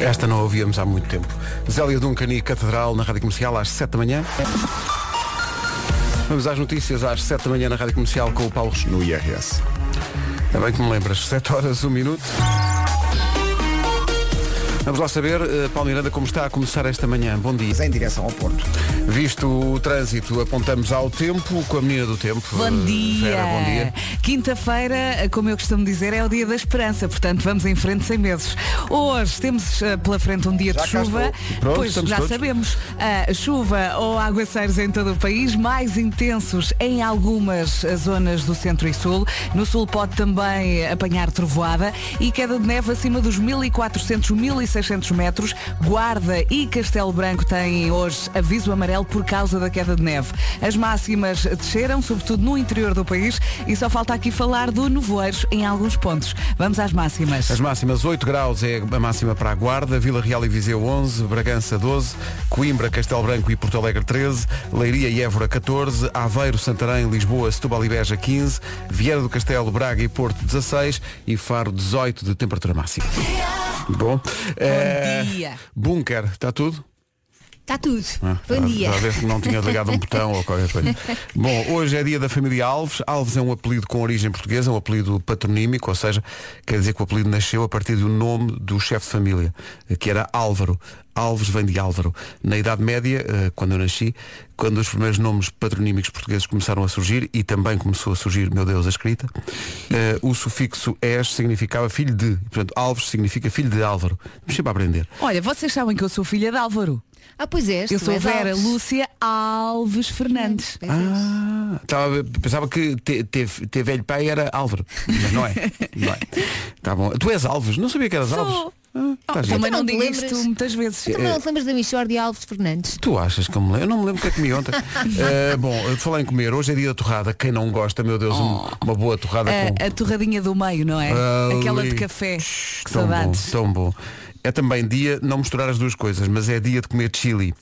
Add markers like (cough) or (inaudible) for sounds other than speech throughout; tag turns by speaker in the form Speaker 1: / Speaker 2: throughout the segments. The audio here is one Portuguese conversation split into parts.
Speaker 1: Esta não a ouvíamos há muito tempo. Zélia Duncan e Catedral na Rádio Comercial às 7 da manhã. Vamos às notícias às 7 da manhã na Rádio Comercial com o Paulo Rocha.
Speaker 2: no IRS.
Speaker 1: É bem que me lembras, 7 horas, 1 minuto. Vamos lá saber, eh, Paulo Miranda, como está a começar esta manhã. Bom dia.
Speaker 3: Em direção ao Porto.
Speaker 1: Visto o trânsito, apontamos ao tempo com a menina do tempo.
Speaker 4: Bom
Speaker 1: eh,
Speaker 4: dia.
Speaker 1: Vera, bom dia.
Speaker 4: Quinta-feira, como eu costumo dizer, é o dia da esperança, portanto vamos em frente sem meses. Hoje temos eh, pela frente um dia
Speaker 3: Já
Speaker 4: de
Speaker 3: cá
Speaker 4: chuva,
Speaker 3: estou.
Speaker 1: Pronto,
Speaker 4: pois
Speaker 1: estamos
Speaker 4: já
Speaker 1: todos.
Speaker 4: sabemos, ah, chuva ou aguaceiros em todo o país, mais intensos em algumas eh, zonas do centro e sul. No sul pode também apanhar trovoada e queda de neve acima dos 1400, 1600 metros. Guarda e Castelo Branco têm hoje aviso amarelo por causa da queda de neve. As máximas desceram, sobretudo no interior do país, e só falta aqui falar do nevoeiro em alguns pontos. Vamos às máximas.
Speaker 1: As máximas 8 graus é a máxima para a Guarda, Vila Real e Viseu 11, Bragança 12, Coimbra, Castelo Branco e Porto Alegre 13, Leiria e Évora 14, Aveiro, Santarém, Lisboa, Setúbal e Beja 15, Vieira do Castelo, Braga e Porto 16 e Faro 18 de temperatura máxima. Bom, eh,
Speaker 4: dia.
Speaker 1: Bunker, está tudo?
Speaker 5: Está tudo. Bom
Speaker 1: Ah,
Speaker 5: dia.
Speaker 1: já vês que não tinha ligado um botão ou qualquer
Speaker 5: (laughs)
Speaker 1: coisa. Bom, hoje é dia da família Alves. Alves é um apelido com origem portuguesa, um apelido patronímico, ou seja, quer dizer que o apelido nasceu a partir do nome do chefe de família, que era Álvaro. Alves vem de Álvaro. Na Idade Média, eh, quando eu nasci, quando os primeiros nomes patronímicos portugueses começaram a surgir, e também começou a surgir, meu Deus, a escrita, eh, o sufixo es significava filho de. E, portanto, Alves significa filho de Álvaro. Vamos sempre a aprender.
Speaker 4: Olha, vocês sabem que eu sou filha de Álvaro.
Speaker 5: Ah, pois és.
Speaker 4: Eu
Speaker 5: tu
Speaker 4: sou
Speaker 5: és
Speaker 4: Vera
Speaker 5: Alves.
Speaker 4: Lúcia Alves Fernandes.
Speaker 5: Pois é. és.
Speaker 1: Ah, tava- pensava que ter te, te velho pai era Álvaro. Mas não é.
Speaker 4: (laughs)
Speaker 1: Não é. Tá bom. Tu és Alves? Não sabia que eras
Speaker 4: Sou.
Speaker 1: Alves. Ah, tá
Speaker 4: Oh,
Speaker 1: giro.
Speaker 4: também
Speaker 5: Então
Speaker 4: não
Speaker 5: não te
Speaker 4: digo isto
Speaker 5: lembras?
Speaker 4: muitas vezes.
Speaker 5: Também não te Então, lembras da Michórdia Alves Fernandes?
Speaker 1: Tu achas que eu me lembro? Eu não me lembro o que é que me
Speaker 4: (laughs)
Speaker 1: ontem. Ah, bom, eu te falei em comer. Hoje é dia da torrada. Quem não gosta, meu Deus, um- uma boa torrada
Speaker 4: A,
Speaker 1: com.
Speaker 4: a torradinha do meio, não é?
Speaker 1: Ali.
Speaker 4: Oh. Aquela de café.
Speaker 1: Shhh,
Speaker 4: que
Speaker 1: tão bom,
Speaker 4: saudades.
Speaker 1: tão bom. É também dia, não misturar as duas coisas, mas é dia de comer chili,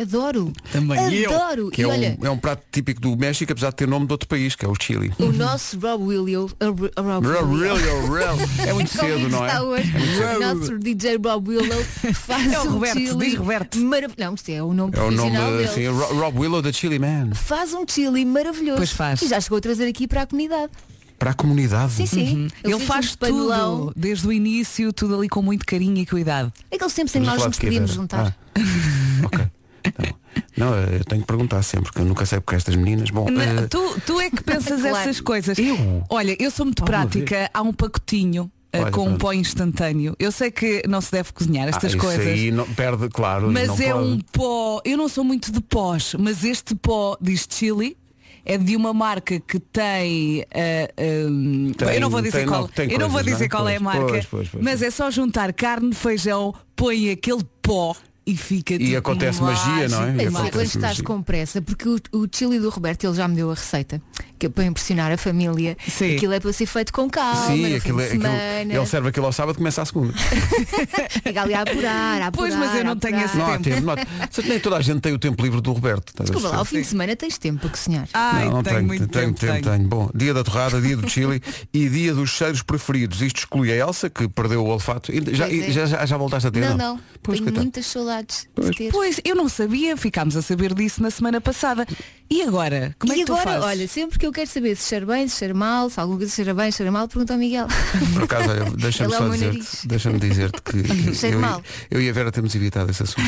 Speaker 5: Adoro.
Speaker 4: Também eu.
Speaker 5: Adoro.
Speaker 1: que
Speaker 5: e
Speaker 1: é um,
Speaker 5: olha,
Speaker 1: é um prato típico do México, apesar de ter nome de outro país, que é o chili.
Speaker 5: o nosso Rob Willio. Rob, Rob Willio.
Speaker 1: Really, oh,
Speaker 4: (laughs)
Speaker 1: really. É
Speaker 5: (laughs)
Speaker 1: muito cedo,
Speaker 5: Convido
Speaker 1: não
Speaker 5: está
Speaker 1: é?
Speaker 5: hoje. O nosso DJ Rob Willow faz
Speaker 4: É o
Speaker 5: um
Speaker 4: Roberto,
Speaker 5: chili
Speaker 4: diz Roberto.
Speaker 5: marav- Não, isto é o nome
Speaker 1: É o nome
Speaker 5: profissional dele.
Speaker 1: assim, Ro- Rob Willow da Chili Man.
Speaker 5: Faz um chili maravilhoso.
Speaker 4: Pois faz.
Speaker 5: E já chegou a trazer aqui para a comunidade.
Speaker 1: Para a comunidade.
Speaker 5: Sim, sim.
Speaker 4: Uhum. Ele,
Speaker 5: fez
Speaker 4: faz
Speaker 5: um panelão.
Speaker 4: tudo, desde o início, tudo ali com muito carinho e cuidado.
Speaker 5: Aqueles tempos em É
Speaker 1: Estamos
Speaker 5: que
Speaker 1: a
Speaker 5: nós
Speaker 1: falar
Speaker 5: nos
Speaker 1: de quê,
Speaker 5: podíamos
Speaker 1: Vera?
Speaker 5: juntar.
Speaker 1: Ah, ok. Tá bom. Não, eu tenho que perguntar sempre, porque eu nunca sei porque estas meninas. Bom, eh,
Speaker 4: Não, tu, tu é que pensas
Speaker 5: Claro.
Speaker 4: essas coisas.
Speaker 1: Eu?
Speaker 4: Olha, eu sou muito
Speaker 1: Vamos
Speaker 4: prática, há um pacotinho. eh,
Speaker 1: Olha,
Speaker 4: com um
Speaker 1: pronto.
Speaker 4: pó instantâneo. Eu sei que não se deve cozinhar
Speaker 1: ah,
Speaker 4: estas
Speaker 1: isso
Speaker 4: coisas.
Speaker 1: aí não, perde, claro.
Speaker 4: Mas
Speaker 1: não
Speaker 4: é
Speaker 1: pode.
Speaker 4: um pó, eu não sou muito de pós, mas este pó diz chili. É de uma marca que tem, ah, ah,
Speaker 1: Tem-
Speaker 4: Eu não vou dizer
Speaker 1: tem-
Speaker 4: qual,
Speaker 1: não, tem
Speaker 4: eu não vou
Speaker 1: coisas,
Speaker 4: dizer
Speaker 1: não é?
Speaker 4: qual é a
Speaker 1: Pois,
Speaker 4: marca,
Speaker 1: pois, pois, pois.
Speaker 4: mas é só juntar carne, feijão, põe aquele pó e fica
Speaker 1: E acontece magia, não é?
Speaker 5: Mas
Speaker 1: E
Speaker 5: é quando
Speaker 1: acontece
Speaker 5: estás
Speaker 1: magia.
Speaker 5: com pressa, porque o, o chili do Roberto ele já me deu a receita, que é para impressionar a família.
Speaker 4: Sim.
Speaker 5: Aquilo é para ser feito com calma,
Speaker 1: Sim,
Speaker 5: no
Speaker 1: aquilo,
Speaker 5: fim
Speaker 1: é- aquilo-
Speaker 5: de semana.
Speaker 1: ele serve aquilo ao sábado e começa à segunda.
Speaker 5: Fica ali a apurar, a apurar.
Speaker 4: Pois, mas eu não
Speaker 5: a
Speaker 4: tenho
Speaker 5: apurar.
Speaker 4: esse
Speaker 1: Não há
Speaker 4: tempo.
Speaker 1: tempo. Não há...
Speaker 5: (laughs)
Speaker 1: Só que Nem toda a gente tem o tempo livre do Roberto. estás a
Speaker 5: Desculpa lá, ao
Speaker 1: perceber?
Speaker 5: fim de semana tens tempo para cozinhar.
Speaker 4: Ai,
Speaker 1: não, não
Speaker 4: tenho, muito
Speaker 1: tenho,
Speaker 4: tempo, tenho.
Speaker 1: Bom, dia da torrada, dia do chili e dia dos cheiros preferidos. Isto exclui a Elsa, que perdeu o olfato. E Já,
Speaker 5: Pois é.
Speaker 1: e já, já, já voltaste a ter?
Speaker 5: Não, não.
Speaker 1: Pois,
Speaker 5: tenho
Speaker 1: coitado.
Speaker 5: muitas saudades de ter.
Speaker 4: Pois, eu não sabia, ficámos a saber disso na semana passada. E agora? Como é
Speaker 5: e
Speaker 4: que tu
Speaker 5: agora,
Speaker 4: fazes?
Speaker 5: olha, sempre que eu quero saber se cheira bem, se cheira mal, se alguma coisa cheira bem, cheira mal, pergunta ao Miguel. (laughs)
Speaker 1: Por acaso, olha, deixa-me
Speaker 5: Ele é
Speaker 1: só
Speaker 5: o meu
Speaker 1: dizer
Speaker 5: nariz.
Speaker 1: deixa-me dizer-te
Speaker 5: (laughs)
Speaker 1: que, que
Speaker 5: Cheiro
Speaker 1: eu,
Speaker 5: mal.
Speaker 1: e- eu e a Vera temos evitado esse assunto.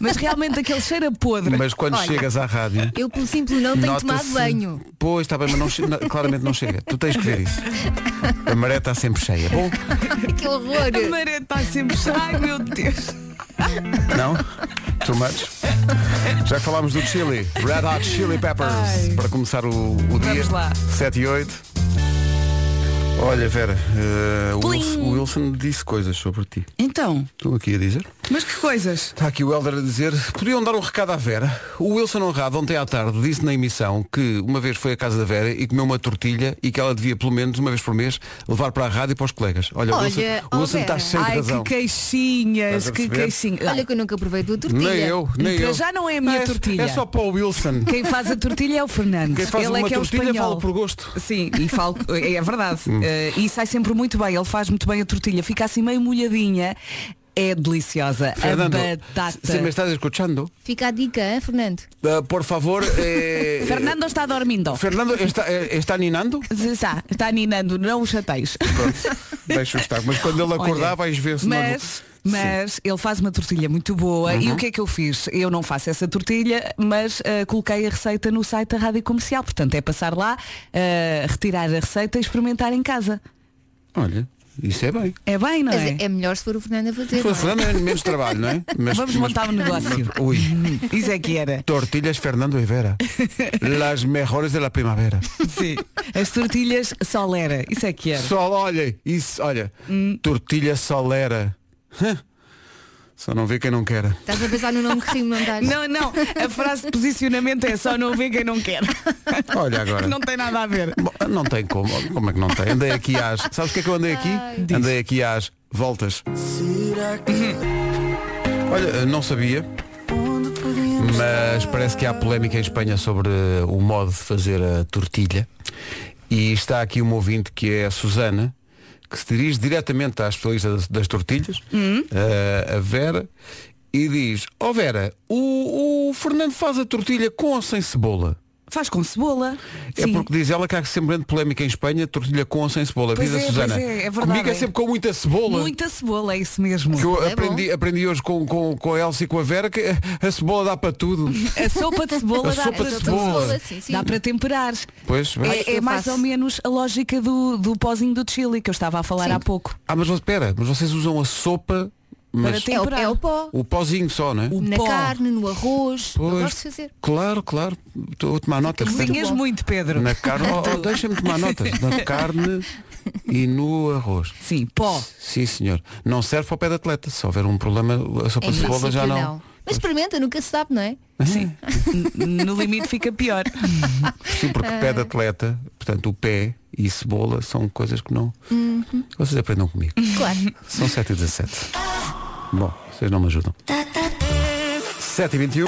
Speaker 4: Mas realmente aquele cheiro a podre.
Speaker 1: Mas quando
Speaker 5: (laughs) Olha,
Speaker 1: chegas à rádio.
Speaker 5: Eu pelo simples não tenho
Speaker 1: nota-se-
Speaker 5: tomado banho.
Speaker 1: Pois, está bem, mas não che- não- claramente não chega. Tu tens que ver isso. A maré está sempre cheia. Bom,
Speaker 5: que horror!
Speaker 4: A maré está sempre cheia. Ai meu Deus.
Speaker 1: não? Too much? Já que falámos do chili, Red Hot Chili Peppers,
Speaker 4: Ai.
Speaker 1: para começar o, o dia.
Speaker 4: lá.
Speaker 1: 7 e 8. Olha, Vera, eh, o,
Speaker 4: Plim.
Speaker 1: Wilson, o Wilson disse coisas sobre ti.
Speaker 4: Então,
Speaker 1: Estou aqui a dizer.
Speaker 4: mas que coisas?
Speaker 1: Está aqui o Helder a dizer, podiam dar um recado à Vera. O Wilson Honrado ontem à tarde disse na emissão que uma vez foi à casa da Vera e comeu uma tortilha e que ela devia pelo menos uma vez por mês levar para a rádio e para os colegas. Olha, o
Speaker 5: Olha,
Speaker 1: Wilson, o
Speaker 5: ó
Speaker 1: Wilson está
Speaker 5: Vera.
Speaker 1: cheio de
Speaker 4: Ai,
Speaker 1: razão.
Speaker 4: que queixinhas,
Speaker 1: Estás a
Speaker 4: que
Speaker 1: perceber?
Speaker 4: queixinhas.
Speaker 5: Olha que eu nunca provei tua tortilha.
Speaker 1: Nem eu, nem
Speaker 4: Para
Speaker 1: eu.
Speaker 4: já não é a minha
Speaker 1: é,
Speaker 4: tortilha.
Speaker 1: É só para o Wilson.
Speaker 4: Quem faz a tortilha é o Fernando.
Speaker 1: Quem faz
Speaker 4: Ele é
Speaker 1: uma
Speaker 4: que é o
Speaker 1: tortilha
Speaker 4: espanhol.
Speaker 1: fala por Hum. gosto.
Speaker 4: Sim, e falo, é verdade. Eh, e sai sempre muito bem, ele faz muito bem a tortilha, fica assim meio molhadinha. é deliciosa.
Speaker 1: Fernando,
Speaker 4: a batata.
Speaker 1: se me estás escuchando,
Speaker 5: Fica a dica, hein, Fernando?
Speaker 1: eh, por favor... eh,
Speaker 4: (laughs) Fernando está dormindo.
Speaker 1: Fernando, está, eh, está ninando?
Speaker 4: Está, está ninando, não o chateis.
Speaker 1: Pronto, deixa estar. Mas quando ele acordar
Speaker 4: Olha,
Speaker 1: vais ver se nós-
Speaker 4: Mas, mas ele faz uma tortilha muito boa
Speaker 1: Uhum.
Speaker 4: e o que é que eu fiz? Eu não faço essa tortilha, mas ah, coloquei a receita no site da Rádio Comercial. Portanto, é passar lá, ah, retirar a receita e experimentar em casa.
Speaker 1: Olha, isso é bem.
Speaker 4: É bem, não
Speaker 5: Mas
Speaker 4: é?
Speaker 5: é melhor se for o Fernando a fazer.
Speaker 1: Foi
Speaker 5: não é?
Speaker 1: Fernando é menos trabalho, não é? Mas-
Speaker 4: Vamos
Speaker 1: mas-
Speaker 4: montar um negócio.
Speaker 1: (laughs) Ui.
Speaker 4: (laughs) Isso é que era.
Speaker 1: Tortillas Fernando
Speaker 4: (laughs)
Speaker 1: Rivera. Las mejores de la primavera.
Speaker 4: Sim. As tortilhas solera. Isso é que era.
Speaker 1: Sol, olha, isso, olha.
Speaker 4: Hum.
Speaker 1: Tortilha solera. Hã? Só não vê quem não quer.
Speaker 5: Estás a pensar no nome que rimo, não estás?
Speaker 4: Não, não. A frase de posicionamento é só não vê quem não quer.
Speaker 1: Olha agora.
Speaker 4: (laughs) Não tem nada a ver.
Speaker 1: Bom, não tem como. Como é que não tem? Andei aqui às. Sabes o que é que eu andei aqui?
Speaker 4: Diz.
Speaker 1: Andei aqui às voltas. Olha, não sabia. Mas parece que há polémica em Espanha sobre eh, o modo de fazer a tortilha. E está aqui uma ouvinte que é a Susana, que se dirige diretamente à especialista das, das tortilhas, eh, a Vera, e diz, ó Vera, o, o Fernando faz a tortilha com ou sem cebola?
Speaker 4: Faz com cebola.
Speaker 1: É porque diz ela que há sempre grande polémica em Espanha, tortilha com ou sem cebola.
Speaker 4: Pois
Speaker 1: diz
Speaker 4: é,
Speaker 1: a Susana.
Speaker 4: pois é, é verdade,
Speaker 1: comigo é
Speaker 4: hein?
Speaker 1: sempre com muita cebola.
Speaker 4: Muita cebola, é isso mesmo.
Speaker 1: Que eu
Speaker 5: É bom.
Speaker 1: aprendi, aprendi hoje com, com, com a Elsa e com a Vera que a, a cebola dá para
Speaker 4: (laughs)
Speaker 1: tudo.
Speaker 4: A sopa de cebola
Speaker 1: A
Speaker 4: dá
Speaker 1: sopa
Speaker 4: para
Speaker 1: de
Speaker 4: tudo.
Speaker 1: cebola.
Speaker 5: Então, Sim, sim.
Speaker 4: Dá para temperar.
Speaker 1: Pois, bem.
Speaker 5: Ai,
Speaker 4: É, é
Speaker 5: eu
Speaker 4: mais
Speaker 5: faço.
Speaker 4: ou menos a lógica do, do pozinho do chili que eu estava a falar
Speaker 5: Sim.
Speaker 4: há pouco.
Speaker 1: Ah, mas vo- espera, mas vocês usam a sopa,
Speaker 4: Para
Speaker 1: mas
Speaker 5: É o,
Speaker 4: temperar.
Speaker 5: é o pó.
Speaker 1: o pozinho só, não é?
Speaker 4: O
Speaker 5: Na
Speaker 4: pó.
Speaker 5: carne, no arroz. Eu
Speaker 1: Pois.
Speaker 5: gosto de fazer.
Speaker 1: Claro, claro. Estou a tomar nota.
Speaker 4: Cozinhas
Speaker 5: bom.
Speaker 4: muito, Pedro.
Speaker 1: Na
Speaker 4: (laughs)
Speaker 1: carne, oh, oh, deixa-me tomar nota. Na carne e no arroz.
Speaker 4: Sim, pó.
Speaker 1: Sim, senhor. Não serve para o pé de atleta. Se houver um problema, a sopa
Speaker 5: Em
Speaker 1: de cebola
Speaker 5: princípio,
Speaker 1: já não. Hum.
Speaker 5: Mas experimenta, nunca se sabe, não é?
Speaker 4: Sim. N- no limite
Speaker 1: (laughs)
Speaker 4: fica pior.
Speaker 1: Sim, porque pé de atleta, portanto o pé e cebola são coisas que não. Vocês aprendam comigo.
Speaker 5: Claro.
Speaker 1: São 7 e 17 Bom, vocês não me ajudam. 7 e 21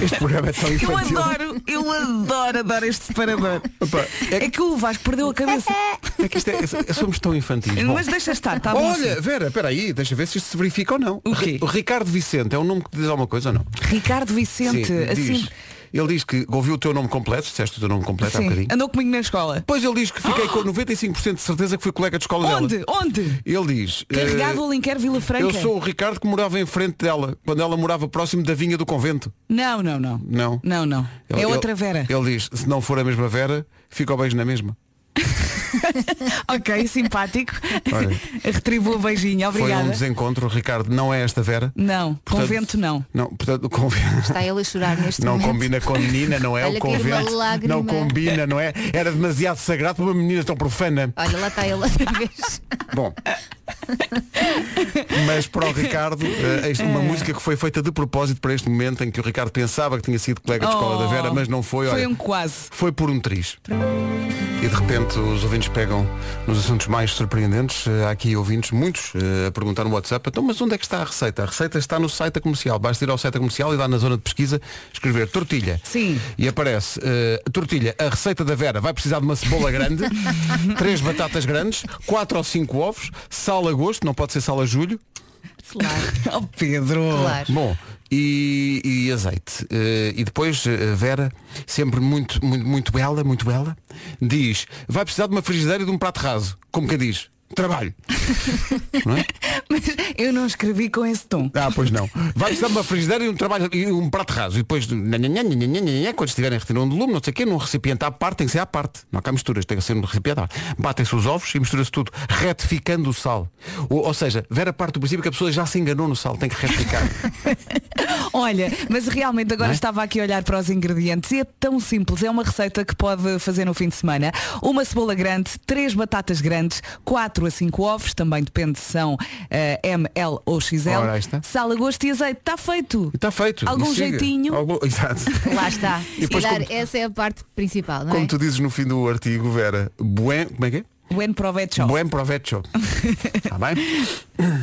Speaker 1: Este programa é tão
Speaker 4: Eu
Speaker 1: infantil.
Speaker 4: adoro, eu adoro, adoro este separador.
Speaker 1: Opa, é,
Speaker 4: É que o Vasco perdeu a cabeça.
Speaker 1: que- é que isto é, é- somos tão infantis. (laughs) Bom,
Speaker 4: Mas deixa estar, está bom. assim.
Speaker 1: olha, Vera, espera aí, deixa ver se isto se verifica ou não.
Speaker 4: O quê?
Speaker 1: Ri- Ricardo Vicente é um nome que diz alguma coisa ou não?
Speaker 4: Ricardo Vicente, assim.
Speaker 1: diz. Ele diz que ouviu o teu nome completo, disseste o teu nome completo há
Speaker 4: sim,
Speaker 1: bocadinho.
Speaker 4: andou comigo na escola.
Speaker 1: Depois ele diz que fiquei com 95% de certeza que fui colega de escola dela.
Speaker 4: Onde? Onde?
Speaker 1: Ele diz.
Speaker 4: Carregado
Speaker 1: eh,
Speaker 4: Alenquer Vila Franca.
Speaker 1: eu sou o Ricardo que morava em frente dela, quando ela morava próximo da vinha do convento.
Speaker 4: Não, não, não.
Speaker 1: Não.
Speaker 4: Não, não.
Speaker 1: Ele-
Speaker 4: é outra
Speaker 1: ele-
Speaker 4: Vera.
Speaker 1: Ele diz, se não for a mesma Vera, fica o beijo na mesma.
Speaker 4: Ok, simpático.
Speaker 1: Olha.
Speaker 4: Retribuo o beijinho,
Speaker 1: Foi um
Speaker 4: obrigada.
Speaker 1: desencontro, Ricardo, não é esta Vera.
Speaker 4: Não,
Speaker 1: Portanto-
Speaker 4: convento não.
Speaker 1: Não, portanto, convento.
Speaker 5: Está ele a chorar
Speaker 1: (laughs)
Speaker 5: neste
Speaker 1: Não
Speaker 5: momento.
Speaker 1: combina com menina, não é?
Speaker 5: Olha
Speaker 1: o
Speaker 5: que ir uma
Speaker 1: convento
Speaker 5: lágrima.
Speaker 1: não combina, não é? Era demasiado sagrado para uma menina tão profana.
Speaker 5: Olha, lá está ele outra vez.
Speaker 1: Bom. Mas para o Ricardo, eh, isto é uma música que foi feita de propósito para este momento em que o Ricardo pensava que tinha sido colega de escola
Speaker 4: Oh,
Speaker 1: da Vera, mas não foi.
Speaker 4: Foi
Speaker 1: olha,
Speaker 4: um quase.
Speaker 1: Foi por um triz. E de repente os ouvintes pegam nos assuntos mais surpreendentes. Eh, Há aqui ouvintes, muitos, eh, a perguntar no WhatsApp, então mas onde é que está a receita? A receita está no site da comercial. Basta ir ao site da comercial e lá na zona de pesquisa escrever tortilha.
Speaker 4: Sim.
Speaker 1: E aparece eh, tortilha, a receita da Vera vai precisar de uma cebola grande, três batatas grandes, quatro ou cinco ovos, sal a gosto, não pode ser sal a julho.
Speaker 5: Claro,
Speaker 4: (laughs) Oh Pedro.
Speaker 5: claro.
Speaker 1: Bom, e, e azeite. Eh, e depois eh, Vera, sempre muito, muito, muito bela, muito bela, diz, vai precisar de uma frigideira e de um prato raso. Como que diz? Trabalho. não é?
Speaker 4: Mas eu não escrevi com esse tom.
Speaker 1: Ah, pois não. Vai precisar de uma frigideira e um, trabalho, e um prato raso. E depois, nananana, quando estiverem a retirar um de lume, não sei o quê, num recipiente à parte, tem que ser à parte. Não há cá misturas, tem que ser num recipiente à parte. Batem-se os ovos e mistura-se tudo, retificando o sal. Ou, ou seja, Vera parte do princípio que a pessoa já se enganou no sal, tem que retificar.
Speaker 4: Olha, mas realmente agora
Speaker 1: Não é?
Speaker 4: estava aqui a olhar para os ingredientes e é tão simples. É uma receita que pode fazer no fim de semana. Uma cebola grande, três batatas grandes, quatro a cinco ovos, também depende se são eh, M, L ou XL.
Speaker 1: Ora, aí está.
Speaker 4: Sal a gosto e azeite. Está feito.
Speaker 1: Está feito.
Speaker 4: Algum
Speaker 1: E siga.
Speaker 4: jeitinho?
Speaker 1: Algum- (laughs) Exato.
Speaker 5: Lá está.
Speaker 1: E depois
Speaker 5: Se calhar
Speaker 1: como-
Speaker 5: essa é a parte principal, não é?
Speaker 1: Como tu dizes no fim do artigo, Vera, buen, como é que é?
Speaker 4: Buen provecho.
Speaker 1: Buen
Speaker 4: (laughs)
Speaker 1: provecho. Está bem?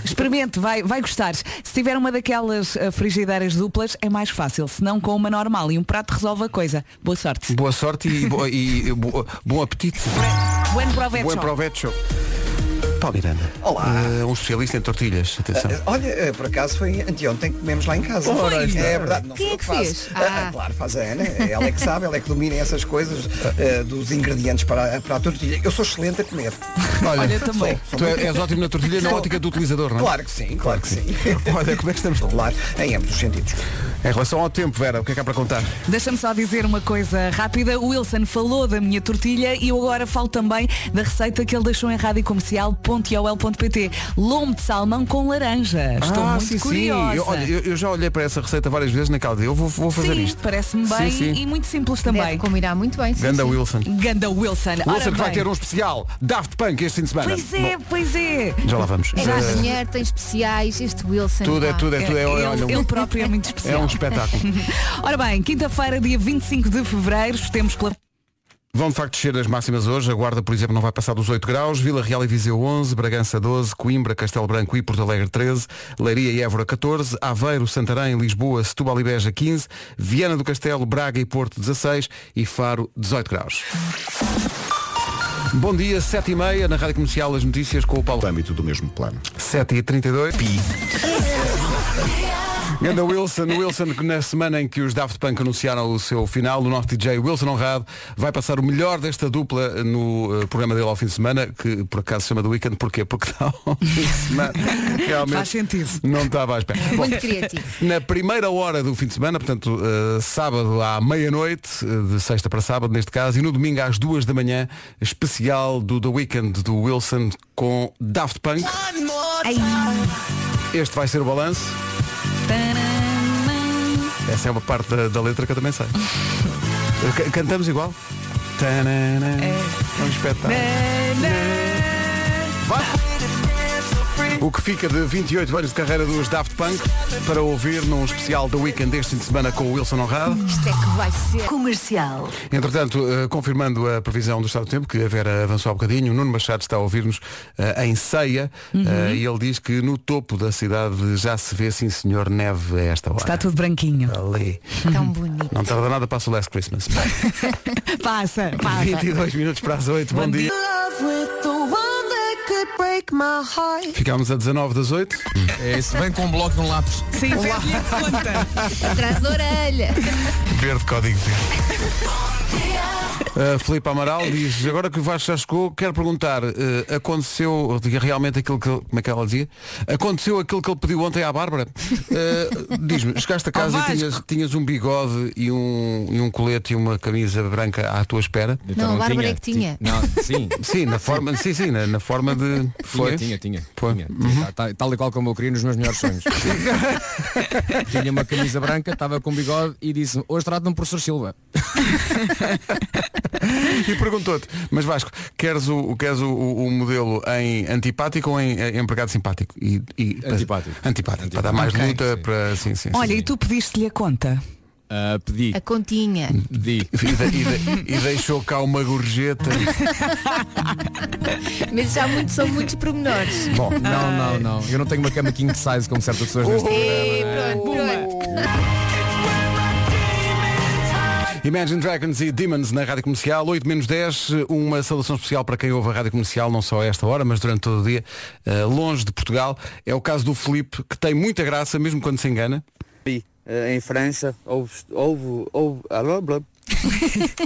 Speaker 4: Experimente, vai, vai gostar. Se tiver uma daquelas eh, frigideiras duplas, é mais fácil. Se não, com uma normal e um prato resolve a coisa. Boa sorte.
Speaker 1: Boa sorte e, bo- e bo- bom apetite.
Speaker 4: Buen provecho.
Speaker 1: Hum. Buen provecho. Paulo Miranda.
Speaker 2: Olá.
Speaker 1: Eh, um especialista em tortilhas.
Speaker 6: Tá.
Speaker 1: Atenção.
Speaker 2: Olha, eh, por acaso foi anteontem que comemos lá em casa.
Speaker 1: Ora, aí está.
Speaker 2: é verdade, não
Speaker 5: Quem
Speaker 2: sou
Speaker 5: é
Speaker 2: eu
Speaker 5: que
Speaker 2: faço.
Speaker 5: fez? Ah.
Speaker 2: Ah, Claro, faz a Ana. Ela é que sabe, ela é que domina essas
Speaker 6: (laughs)
Speaker 2: coisas eh, dos ingredientes para, a- para a tortilha. Eu sou excelente a comer. eh,
Speaker 1: Olha,
Speaker 4: Olha, também.
Speaker 1: Tu é- és ótimo na tortilha na ótica do utilizador, não é?
Speaker 2: Claro que sim, claro que
Speaker 6: (laughs)
Speaker 2: sim.
Speaker 1: Olha, como é que estamos?
Speaker 2: Claro, em ambos os sentidos.
Speaker 1: Em relação ao tempo, Vera, o que é que há para contar?
Speaker 4: Deixa-me só dizer uma coisa rápida. O Wilson falou da minha tortilha e eu agora falo também da receita que ele deixou em radiocomercial.ol.pt. Lombo de salmão com laranja. Estou
Speaker 1: ah,
Speaker 4: muito
Speaker 1: sim,
Speaker 4: curiosa.
Speaker 1: sim. Eu, olha, eu, eu já olhei para essa receita várias vezes naquela dia. Eu vou, vou fazer
Speaker 4: Sim,
Speaker 1: isto.
Speaker 4: parece-me bem
Speaker 1: Sim, sim.
Speaker 4: e muito simples também.
Speaker 5: Deve combinar muito bem. sim,
Speaker 1: Ganda
Speaker 5: sim.
Speaker 1: Wilson.
Speaker 4: Ganda Wilson. Ora
Speaker 1: Wilson que vai
Speaker 4: bem.
Speaker 1: ter um especial Daft Punk este fim de semana.
Speaker 4: Pois é,
Speaker 1: Bom,
Speaker 4: pois é.
Speaker 1: já lá vamos.
Speaker 5: É
Speaker 1: Eh,
Speaker 5: da mulher, tem especiais, este Wilson.
Speaker 1: tudo é
Speaker 5: pá.
Speaker 1: tudo, é tudo. É,
Speaker 4: ele,
Speaker 1: olha, um-
Speaker 4: ele próprio é muito
Speaker 1: (laughs) é
Speaker 4: especial.
Speaker 1: um espetáculo.
Speaker 4: (laughs) Ora bem, quinta-feira, dia 25 de fevereiro, temos pela
Speaker 1: Vão de facto descer as máximas hoje. A Guarda, por exemplo, não vai passar dos 8 graus. Vila Real e Viseu 11, Bragança 12, Coimbra, Castelo Branco e Porto Alegre 13, Leiria e Évora 14, Aveiro, Santarém, Lisboa, Setúbal e Beja 15, Viana do Castelo, Braga e Porto 16 e Faro 18 graus. Bom dia, 7h30 na Rádio Comercial as notícias com o Paulo.
Speaker 3: âmbito do mesmo plano.
Speaker 1: 7h32. Pi. Ganda Wilson, Wilson, que na semana em que os Daft Punk anunciaram o seu final, o nosso DJ Wilson Honrado vai passar o melhor desta dupla no eh, programa dele ao fim de semana, que por acaso se chama The Weekend, porquê? Porque está
Speaker 4: (laughs)
Speaker 1: ao fim de semana. Realmente
Speaker 4: Faz sentido.
Speaker 1: Não estava à espera. Bom,
Speaker 5: Muito criativo.
Speaker 1: na primeira hora do fim de semana, portanto, eh, sábado à meia-noite, eh, de sexta para sábado neste caso, e no domingo às duas da manhã, especial do The Weekend do Wilson com Daft Punk.
Speaker 5: Ai,
Speaker 1: Este vai ser o balanço. Essa é uma parte da, da letra que eu também
Speaker 5: (laughs)
Speaker 1: sei. Ca- Cantamos igual? Tanana. É um espetáculo. O que fica de 28 anos de carreira dos Daft Punk para ouvir num especial da Weekend deste fim de semana com o Wilson Honrado.
Speaker 5: isto é que vai ser.
Speaker 4: Comercial.
Speaker 1: Entretanto, eh, confirmando a previsão do estado do tempo, que a Vera avançou há bocadinho, o Nuno Machado está a ouvir-nos eh, em ceia eh,
Speaker 4: Uhum.
Speaker 1: e ele diz que no topo da cidade já se vê, sim senhor, neve a esta hora.
Speaker 4: Está tudo branquinho.
Speaker 1: ali.
Speaker 5: Tão bonito.
Speaker 1: Não tarda nada, passa o Last Christmas.
Speaker 4: Passa, passa.
Speaker 1: 22 minutos para as 8, bom dia. Ficámos a 19 das 8.
Speaker 7: É isso, vem com um bloco no lápis.
Speaker 4: Sim, fez-lhe a conta.
Speaker 5: Atrás da orelha.
Speaker 1: Verde, código verde. Uh, Filipe Amaral diz, agora que o Vasco já chegou, quero perguntar, eh, aconteceu diga realmente aquilo que ele, como é que ela dizia? Aconteceu aquilo que ele pediu ontem à Bárbara? Eh, Diz-me, chegaste a casa
Speaker 4: Vasco.
Speaker 1: e tinhas, tinhas um bigode e um, e um colete e uma camisa branca à tua espera?
Speaker 5: Não, a Bárbara é que tinha.
Speaker 7: Não,
Speaker 5: (laughs)
Speaker 7: sim.
Speaker 1: Sim, na forma, sim, sim, na, na forma de. Foi?
Speaker 7: Tinha, tinha, tinha.
Speaker 1: Foi.
Speaker 7: tinha, tinha. Tá- tá- tal e qual como eu queria nos meus melhores sonhos. tinha uma camisa branca, estava com bigode e disse hoje trato-me por Sr. Silva.
Speaker 1: E perguntou-te, mas Vasco, queres o, o- queres o, o- o modelo em antipático ou em, em empregado simpático? E, e-
Speaker 7: Antipático.
Speaker 1: Antipático, para
Speaker 7: Antipático.
Speaker 1: dar mais
Speaker 7: Ok.
Speaker 1: luta,
Speaker 7: Sim.
Speaker 1: para. Sim, sim.
Speaker 4: Olha,
Speaker 1: sim.
Speaker 4: e tu pediste-lhe a conta?
Speaker 7: Ah, pedi,
Speaker 5: A
Speaker 1: (laughs)
Speaker 5: continha.
Speaker 7: pedi.
Speaker 1: E, de- e de- e deixou cá uma gorjeta.
Speaker 5: Mas já muito, são muitos pormenores.
Speaker 7: Bom, não, não, não. Eu não tenho uma cama king size como certas pessoas
Speaker 5: E
Speaker 7: neste programa.
Speaker 5: É,
Speaker 1: é.
Speaker 5: pronto, pronto.
Speaker 1: Imagine Dragons e Demons na Rádio Comercial, 8 menos 10, uma saudação especial para quem ouve a Rádio Comercial, não só a esta hora, mas durante todo o dia, eh, longe de Portugal. É o caso do Felipe, que tem muita graça, mesmo quando se engana.
Speaker 8: Eh, em França, houve, houve, houve- alô, blá.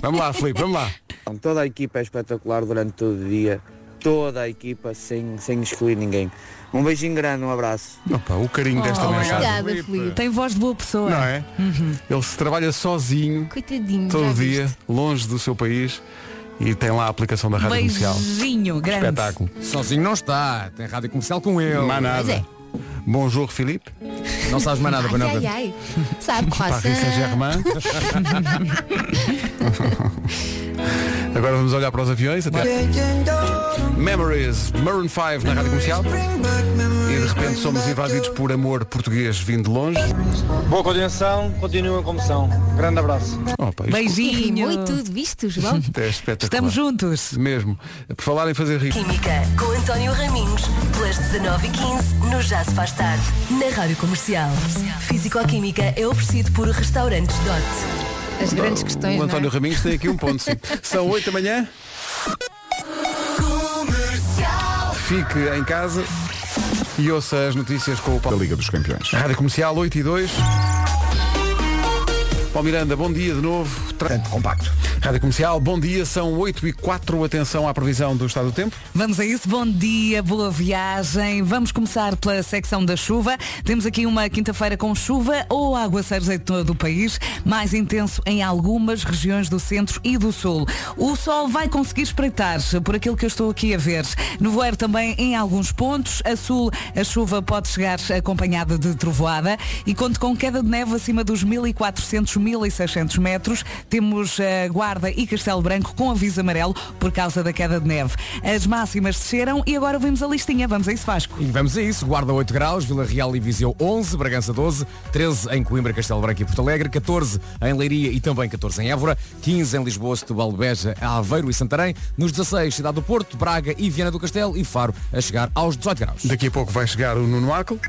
Speaker 1: Vamos lá, Felipe, vamos lá.
Speaker 8: Então, toda a equipa é espetacular durante todo o dia, toda a equipa sem, sem excluir ninguém. Um beijinho grande, um abraço.
Speaker 1: Opa, o carinho desta mensagem.
Speaker 5: Obrigada, Filipe.
Speaker 4: Tem voz de boa pessoa.
Speaker 1: Não é? Ele se trabalha sozinho
Speaker 5: Coitadinho.
Speaker 1: todo
Speaker 5: já
Speaker 1: o dia,
Speaker 5: viste?
Speaker 1: longe do seu país e tem lá a aplicação da Rádio Comercial.
Speaker 4: Beijinho grande.
Speaker 1: Espetáculo.
Speaker 7: Sozinho não está. Tem rádio comercial com eu.
Speaker 1: Mais
Speaker 5: Pois
Speaker 1: nada.
Speaker 5: é.
Speaker 1: Bom jogo, Filipe.
Speaker 7: Não sabes mais nada para
Speaker 5: Ai, ai,
Speaker 7: nada.
Speaker 5: ai.
Speaker 1: (laughs)
Speaker 5: Sabe, eh,
Speaker 1: Paris
Speaker 5: (laughs) croissant.
Speaker 1: Saint-Germain. Agora vamos olhar para os aviões. Até... Memories, Maroon 5 na rádio comercial. E de repente somos invadidos por amor português vindo de longe.
Speaker 3: Boa continuação, continuem como são. Grande abraço.
Speaker 1: Opa, isto
Speaker 5: E rimou
Speaker 4: Beijinho.
Speaker 5: e tudo, viste, João?
Speaker 1: é espetacular.
Speaker 4: Estamos juntos.
Speaker 1: Mesmo. Por falar em fazer rir.
Speaker 9: Química com António Raminhos, pelas 19h15, no Já se faz tarde, na Rádio Comercial. Físico-Química é oferecido por Restaurantes Dot.
Speaker 5: As grandes questões.
Speaker 1: O
Speaker 5: não é?
Speaker 1: António Raminhos tem aqui um ponto,
Speaker 5: (laughs)
Speaker 1: sim. São 8 da manhã. Fique em casa e ouça as notícias com o Paulo.
Speaker 10: Liga dos Campeões.
Speaker 1: Rádio Comercial 8 e 2. Paulo Miranda, bom dia de novo. Tra-
Speaker 2: Portanto, compacto.
Speaker 1: Rádio Comercial, bom dia, são 8 e 4. Atenção à previsão do estado do tempo.
Speaker 4: Vamos a isso, bom dia, boa viagem. Vamos começar pela secção da chuva. Temos aqui uma quinta-feira com chuva ou aguaceiros em todo o país, mais intenso em algumas regiões do centro e do sul. O sol vai conseguir espreitar-se, por aquilo que eu estou aqui a ver. Nevoeiro também em alguns pontos. A sul, a chuva pode chegar acompanhada de trovoada e conta com queda de neve acima dos 1.400, 1.600 metros. Temos eh, Guarda e Castelo Branco com aviso amarelo por causa da queda de neve. As máximas desceram e agora vimos a listinha. Vamos a
Speaker 1: (laughs)
Speaker 4: isso, Vasco.
Speaker 7: E vamos a isso. Guarda 8 graus, Vila Real e Viseu 11, Bragança 12, 13 em Coimbra, Castelo Branco e Porto Alegre, 14 em Leiria e também 14 em Évora, 15 em Lisboa, Setúbal, Beja, Aveiro e Santarém, nos 16 Cidade do Porto, Braga e Viana do Castelo e Faro a chegar aos 18 graus.
Speaker 1: Daqui a pouco vai chegar o Nuno Marco.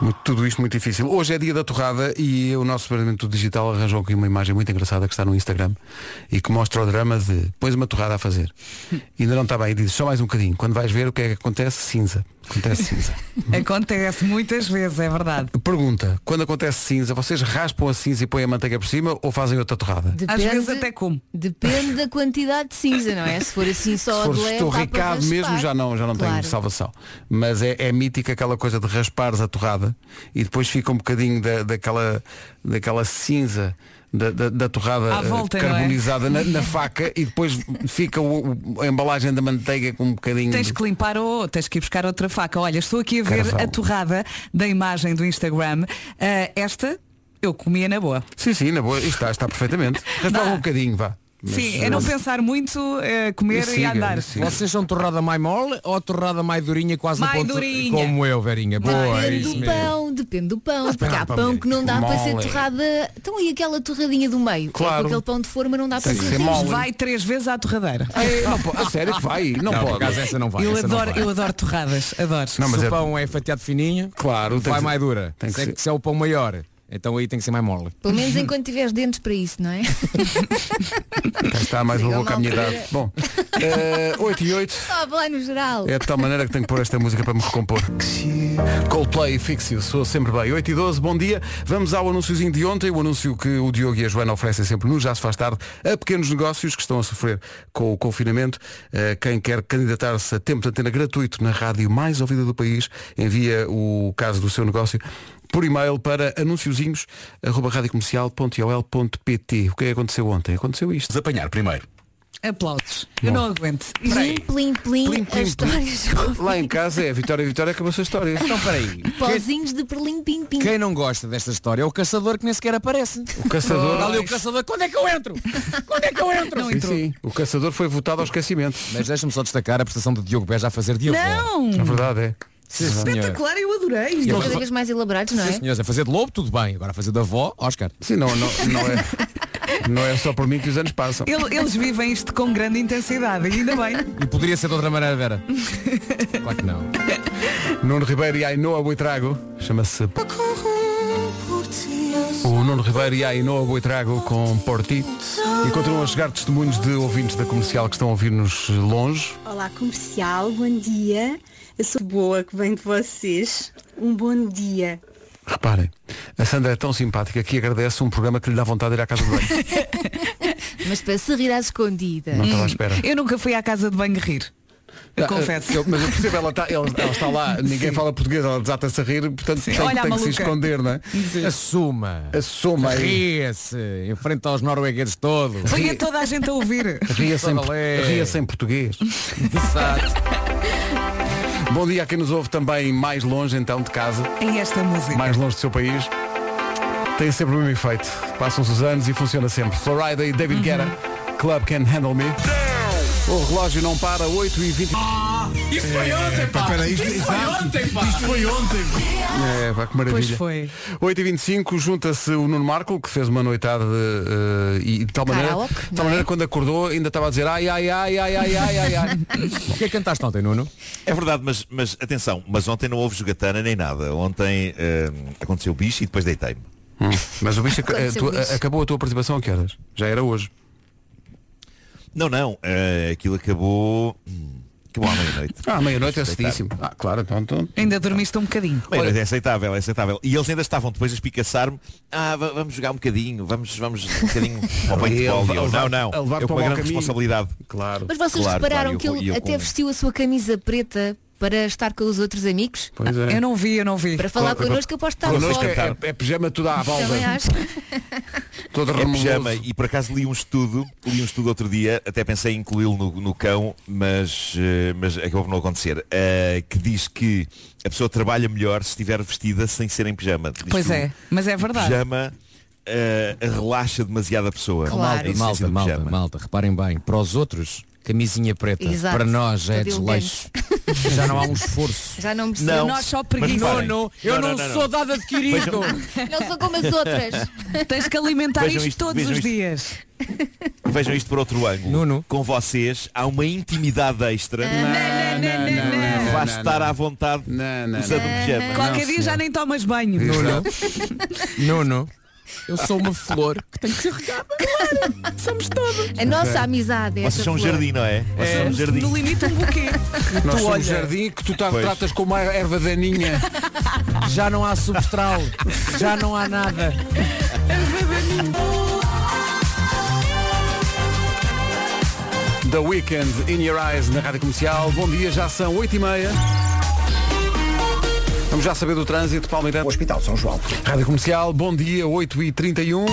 Speaker 1: Muito- Tudo isto muito difícil. Hoje é dia da torrada e o nosso departamento digital arranjou aqui uma imagem muito engraçada que está no Instagram e que mostra o drama de pões uma torrada a fazer. E ainda não está bem, e dizes só mais um bocadinho. Quando vais ver o que é que acontece, cinza. Acontece cinza.
Speaker 4: Acontece muitas vezes, é verdade.
Speaker 1: Pergunta, quando acontece cinza, vocês raspam a cinza e põem a manteiga por cima ou fazem outra torrada?
Speaker 4: Às vezes até como.
Speaker 5: Depende da quantidade de cinza, não é? Se for assim
Speaker 1: Se
Speaker 5: só
Speaker 1: for
Speaker 5: de
Speaker 4: é
Speaker 5: leve, dá para
Speaker 1: estorricado
Speaker 5: raspar.
Speaker 1: mesmo, já não, já não
Speaker 5: Claro.
Speaker 1: tenho salvação. Mas é, é mítica aquela coisa de raspares a torrada e depois fica um bocadinho da, daquela, daquela cinza da, da, da torrada
Speaker 4: À
Speaker 1: eh,
Speaker 4: volta, não é?
Speaker 1: carbonizada na, na faca e depois fica o- o- a embalagem da manteiga com um bocadinho
Speaker 4: Tens
Speaker 1: de-
Speaker 4: que limpar ou tens que ir buscar outra faca. Olha, estou aqui a ver
Speaker 1: Carvão.
Speaker 4: a torrada da imagem do Instagram. Ah, esta eu comia na boa.
Speaker 1: Sim, sim, na boa, isto está, está perfeitamente. Raspava um bocadinho, vá. Mas,
Speaker 4: Sim, é não
Speaker 1: eh,
Speaker 4: pensar muito, eh, comer e,
Speaker 1: siga,
Speaker 4: andar.
Speaker 1: e siga.
Speaker 7: Vocês são torrada mais mole ou torrada mais durinha quase
Speaker 4: Mais
Speaker 7: no ponto
Speaker 4: durinha.
Speaker 7: como eu, Verinha? Boa, é
Speaker 5: Depende
Speaker 7: isso
Speaker 5: do
Speaker 7: mesmo.
Speaker 5: pão, depende do pão, porque há
Speaker 1: pá,
Speaker 5: pão que não dá para ser
Speaker 1: mole.
Speaker 5: torrada. Então e aquela torradinha do meio? Ou
Speaker 1: Claro.
Speaker 5: com aquele pão de forma não dá
Speaker 1: Tem
Speaker 5: para
Speaker 1: que
Speaker 5: ser
Speaker 1: ser
Speaker 5: rígido.
Speaker 1: mole.
Speaker 4: Vai três vezes à torradeira.
Speaker 1: Ei, eh, não po- a sério que vai, não,
Speaker 7: Não, por
Speaker 1: pode.
Speaker 7: acaso essa não vai.
Speaker 4: Eu
Speaker 7: essa não
Speaker 4: adoro,
Speaker 7: vai.
Speaker 4: eu adoro torradas, adoro.
Speaker 1: Não, mas
Speaker 7: se
Speaker 1: é-
Speaker 7: o pão é fatiado fininho,
Speaker 1: Claro, tem
Speaker 7: vai
Speaker 1: que-
Speaker 7: mais dura.
Speaker 1: tem que
Speaker 7: se, é,
Speaker 1: ser.
Speaker 7: se é o pão maior, então aí tem que ser mais mole.
Speaker 1: (laughs)
Speaker 5: Pelo menos enquanto tiveres dentes para isso, não é?
Speaker 1: Cá está mais uma
Speaker 5: Diga
Speaker 1: boca à
Speaker 5: uma
Speaker 1: minha idade.
Speaker 5: altura.
Speaker 1: Bom, eh, 8 e 8.
Speaker 5: Só lá no geral.
Speaker 1: É de tal maneira que tenho que pôr esta música para me recompor. Coldplay e Fixio, sou sempre bem. 8 e 12, bom dia. Vamos ao anúnciozinho de ontem, o anúncio que o Diogo e a Joana oferecem sempre no Já se faz tarde a pequenos negócios que estão a sofrer com o confinamento. Eh, Quem quer candidatar-se a tempo de antena gratuito na rádio mais ouvida do país, envia o caso do seu negócio por e-mail para anunciozinhos.radiocomercial.ol.pt O que é que aconteceu ontem? Aconteceu isto.
Speaker 10: Apanhar primeiro.
Speaker 4: Aplausos. Eu não aguento.
Speaker 5: Plim, plim, plim,
Speaker 1: Plim, plim,
Speaker 5: as histórias com
Speaker 1: Lá em casa é a Vitória Vitória acabou-se a história.
Speaker 7: Então peraí. Quem,
Speaker 5: pozinhos de perlim, pim, pim.
Speaker 7: quem não gosta desta história é o caçador que nem sequer aparece.
Speaker 1: O caçador.
Speaker 7: Está ali o caçador, quando é que eu entro? Quando é que eu entro?
Speaker 1: Sim, sim. O caçador foi votado ao esquecimento.
Speaker 7: Mas deixa-me só destacar a prestação de Diogo Beja a fazer de avô.
Speaker 4: Não!
Speaker 1: Na verdade é.
Speaker 7: Sim, senhor.
Speaker 4: Espetacular, eu adorei.
Speaker 7: Ele-
Speaker 5: Cada vez mais elaborados, não
Speaker 7: Sim,
Speaker 5: é?
Speaker 7: senhores, a fazer de lobo, tudo bem. Agora a fazer de avó, Oscar.
Speaker 1: Sim, não, não, não (laughs) é. Não é só por mim que os anos passam.
Speaker 4: Ele- Eles vivem isto com grande intensidade, ainda bem.
Speaker 7: E poderia ser de outra maneira, Vera. Claro que não.
Speaker 1: Nuno Ribeiro e Ainoa Boitrago. Chama-se. O Nuno Ribeiro e a Ainoa Boitrago com Por Ti. E continuam a chegar testemunhos de ouvintes da comercial que estão a ouvir-nos longe.
Speaker 11: Olá comercial, bom dia. Eu sou boa que vem de vocês. Um bom dia.
Speaker 1: Reparem, a Sandra é tão simpática que agradece um programa que lhe dá vontade de ir à casa de banho.
Speaker 5: Mas para se rir à escondida.
Speaker 6: Hum.
Speaker 1: Não (laughs) estava à espera.
Speaker 4: Eu nunca fui à casa de banho rir. Eu
Speaker 1: Ah,
Speaker 4: confesso.
Speaker 1: eu- mas eu percebo, ela está, ela, ela está
Speaker 4: (laughs)
Speaker 1: lá, ninguém fala português, ela desata-se a rir, portanto tem,
Speaker 4: Olha
Speaker 1: tem que
Speaker 4: a
Speaker 1: se
Speaker 4: maluca.
Speaker 1: esconder, não é?
Speaker 7: Assuma.
Speaker 1: Assuma aí.
Speaker 7: Ria-se. Em frente aos noruegueses todos.
Speaker 4: Foi a toda a gente a ouvir.
Speaker 1: Ria-se em,
Speaker 7: Olé.
Speaker 1: ria-se em português.
Speaker 7: Exato.
Speaker 1: Bom dia a quem nos ouve também mais longe então de casa,
Speaker 4: E esta música.
Speaker 1: mais longe do seu país.
Speaker 7: Uhum.
Speaker 1: Tem sempre o mesmo efeito. Passam-se os anos e funciona sempre. Florida e David Guerra Club Can Handle Me. O relógio não para, 8h20.
Speaker 7: Ah, Isto foi ontem, pá!
Speaker 1: É, peraí, isto- exato.
Speaker 7: Isto foi ontem!
Speaker 1: É, pá, que maravilha.
Speaker 4: Pois foi.
Speaker 1: 8h25 junta-se o Nuno Marco, que fez uma noitada de, eh, e de tal maneira,
Speaker 5: Karaoke,
Speaker 1: de
Speaker 5: não
Speaker 1: tal
Speaker 5: é?
Speaker 1: maneira que quando acordou ainda estava a dizer ai, ai, ai, ai, ai, ai, ai, ai.
Speaker 7: (laughs) O que é que cantaste ontem, Nuno?
Speaker 6: É verdade, mas, mas atenção, mas ontem não houve jogatana nem nada. Ontem hum, aconteceu o bicho e depois deitei-me.
Speaker 1: Hum, Mas o bicho, ac-
Speaker 5: Aconteceu
Speaker 1: eh, tu-
Speaker 5: o bicho.
Speaker 1: acabou a tua participação a que horas? Já era hoje.
Speaker 6: Não, não, eh, aquilo acabou. hum, Acabou à meia-noite.
Speaker 1: Ah, meia-noite é
Speaker 6: Aceitável.
Speaker 1: cedíssimo. Ah, claro, então. então.
Speaker 4: Ainda dormiste um bocadinho.
Speaker 6: Meia-noite é aceitável, é aceitável. E eles ainda estavam depois a espicaçar-me. Ah, va- vamos jogar um bocadinho, vamos, vamos um bocadinho ao paintball.
Speaker 1: ele
Speaker 6: E eu,
Speaker 1: levar-
Speaker 6: Não, não,
Speaker 1: a levar para
Speaker 6: eu com
Speaker 1: o mau
Speaker 6: uma grande
Speaker 1: caminho.
Speaker 6: responsabilidade.
Speaker 1: Claro.
Speaker 5: Mas vocês
Speaker 6: Claro,
Speaker 5: repararam
Speaker 6: claro,
Speaker 5: que
Speaker 6: eu vou-
Speaker 5: ele
Speaker 6: eu
Speaker 5: até
Speaker 6: como.
Speaker 5: vestiu a sua camisa preta para estar com os outros amigos?
Speaker 1: Pois é.
Speaker 4: Eu não vi, eu não vi.
Speaker 5: Para falar
Speaker 1: Claro,
Speaker 5: connosco, aposto que estava
Speaker 1: Connosco
Speaker 5: fora.
Speaker 1: é, é, é pijama tudo à
Speaker 5: Também
Speaker 1: balda.
Speaker 5: acho.
Speaker 1: Todo
Speaker 6: É
Speaker 1: remoso.
Speaker 6: pijama e por acaso li um estudo, li um estudo outro dia, até pensei em incluí-lo no, no cão, mas, eh, mas acabou por não acontecer, eh, que diz que a pessoa trabalha melhor se estiver vestida sem ser em pijama. Diz
Speaker 4: Pois
Speaker 6: que
Speaker 4: é,
Speaker 6: o-
Speaker 4: mas é
Speaker 6: o
Speaker 4: verdade.
Speaker 6: Pijama eh, relaxa demasiado a pessoa.
Speaker 5: Claro.
Speaker 6: A
Speaker 7: Malta,
Speaker 6: existência
Speaker 7: malta,
Speaker 6: do
Speaker 7: malta,
Speaker 6: um pijama.
Speaker 7: malta, reparem bem, para os outros, camisinha preta,
Speaker 5: Exato.
Speaker 7: para nós é
Speaker 5: Tudo
Speaker 7: desleixo. Já não há um
Speaker 5: (laughs)
Speaker 7: esforço.
Speaker 5: Já não me
Speaker 6: Não.
Speaker 4: Nós só
Speaker 6: Mas
Speaker 4: preguiçosos.
Speaker 6: reparem.
Speaker 7: Nono, eu não,
Speaker 6: Não, não, não,
Speaker 7: sou
Speaker 6: não.
Speaker 7: dado adquirido.
Speaker 5: Não sou como as outras.
Speaker 4: Tens que alimentar
Speaker 6: Vejam
Speaker 4: isto,
Speaker 6: isto,
Speaker 4: todos
Speaker 6: vejam
Speaker 4: os
Speaker 6: isto.
Speaker 4: dias.
Speaker 6: Vejam isto por outro ângulo.
Speaker 7: Nuno.
Speaker 6: Com vocês há uma intimidade extra. Vai estar à vontade
Speaker 1: Não, não,
Speaker 6: usando o pijama.
Speaker 4: Qualquer dia já nem tomas banho. É
Speaker 7: Nuno, Nuno, eu sou uma flor que tem que ser regada.
Speaker 5: A nossa amizade é
Speaker 6: Vocês
Speaker 5: essa
Speaker 6: são um
Speaker 5: flor.
Speaker 6: jardim, não é? Vocês são um
Speaker 4: No
Speaker 6: jardim.
Speaker 4: limite um buquê.
Speaker 1: Nós somos jardim que tu tá-
Speaker 6: Pois.
Speaker 1: tratas como uma erva
Speaker 4: (laughs)
Speaker 1: daninha.
Speaker 7: Já não há substral, já não há nada.
Speaker 1: The Weekend In Your Eyes na Rádio Comercial. Bom dia, já são 8h30. Vamos já saber do trânsito,
Speaker 12: O
Speaker 1: Palmeiras.
Speaker 12: Hospital São João.
Speaker 1: Rádio Comercial, bom dia, 8h31.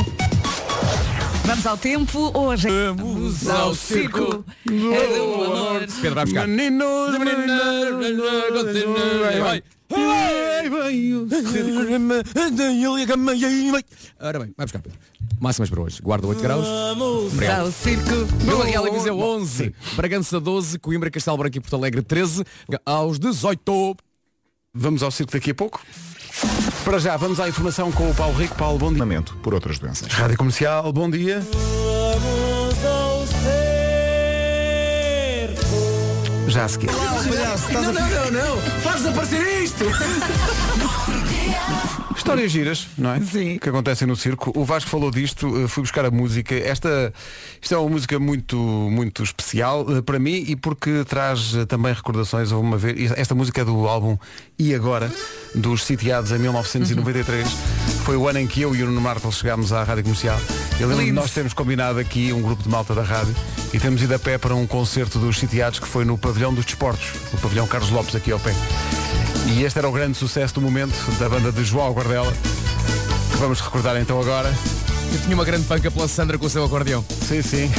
Speaker 4: Vamos ao tempo. Hoje é
Speaker 7: Vamos ao circo
Speaker 4: do amor.
Speaker 7: Pedro vai buscar.
Speaker 1: Meninos, meninas, vai, vai.
Speaker 7: Ora bem, vai buscar Pedro. Máximas para hoje. Guarda 8 graus.
Speaker 4: Vamos ao circo.
Speaker 7: Vila Real e Viseu 11, Bragança 12, Coimbra, Castelo Branco e Porto Alegre 13, aos 18.
Speaker 1: Vamos ao circo daqui a pouco. Para já, vamos à informação com o Paulo Rico. Paulo, bom dia.
Speaker 13: por outras doenças.
Speaker 1: Rádio Comercial, bom dia. Já a seguir.
Speaker 12: Não, não, não, não. Faz desaparecer isto.
Speaker 1: Histórias giras, não é?
Speaker 4: Sim.
Speaker 1: Que acontecem no circo. O Vasco falou disto, eh, fui buscar a música. Esta, isto é uma música muito, muito especial eh, para mim e porque traz eh, também recordações. Houve uma vez, esta música é do álbum E Agora, dos sitiados em 1993. Foi o ano em que eu e o Nuno Marco chegámos à Rádio Comercial. Eu lembro que
Speaker 4: Lindo.
Speaker 1: nós temos combinado aqui um grupo de malta da rádio e temos ido a pé para um concerto dos sitiados que foi no Pavilhão dos Desportos, o Pavilhão Carlos Lopes aqui ao pé. E este era o grande sucesso do momento da banda de João Guardela. que Vamos recordar então agora.
Speaker 7: Eu tinha uma grande panca pela Sandra com o seu acordeão.
Speaker 1: Sim, sim.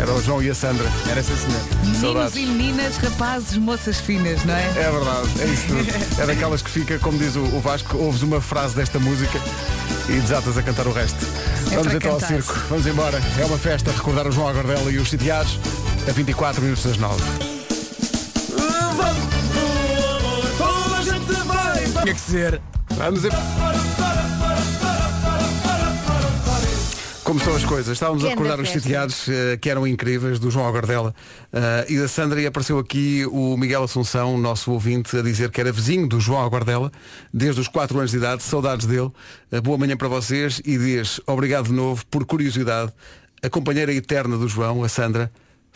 Speaker 1: Era o João e a Sandra.
Speaker 7: Era sim, senhor.
Speaker 4: Meninos
Speaker 1: Saudades.
Speaker 4: e meninas, rapazes, moças finas, não é?
Speaker 1: É verdade, é isso tudo. É daquelas que fica, como diz o o Vasco, ouves uma frase desta música e desatas a cantar o resto.
Speaker 4: É
Speaker 1: Vamos
Speaker 4: para
Speaker 1: então ao
Speaker 4: cantar.
Speaker 1: circo. Vamos embora. É uma festa recordar o João Guardela e os sitiados a 24 minutos das 9.
Speaker 7: Tinha que ser.
Speaker 1: Vamos em... Como são as coisas? Estávamos a
Speaker 5: Grande
Speaker 1: recordar os
Speaker 5: festa.
Speaker 1: sitiados eh, que eram incríveis, do João Agordela eh, e da Sandra, e apareceu aqui o Miguel Assunção, nosso ouvinte, a dizer que era vizinho do João Agordela, desde os 4 anos de idade, saudades dele, Eh, boa manhã para vocês, e diz, obrigado de novo, por curiosidade, a companheira eterna do João, a Sandra,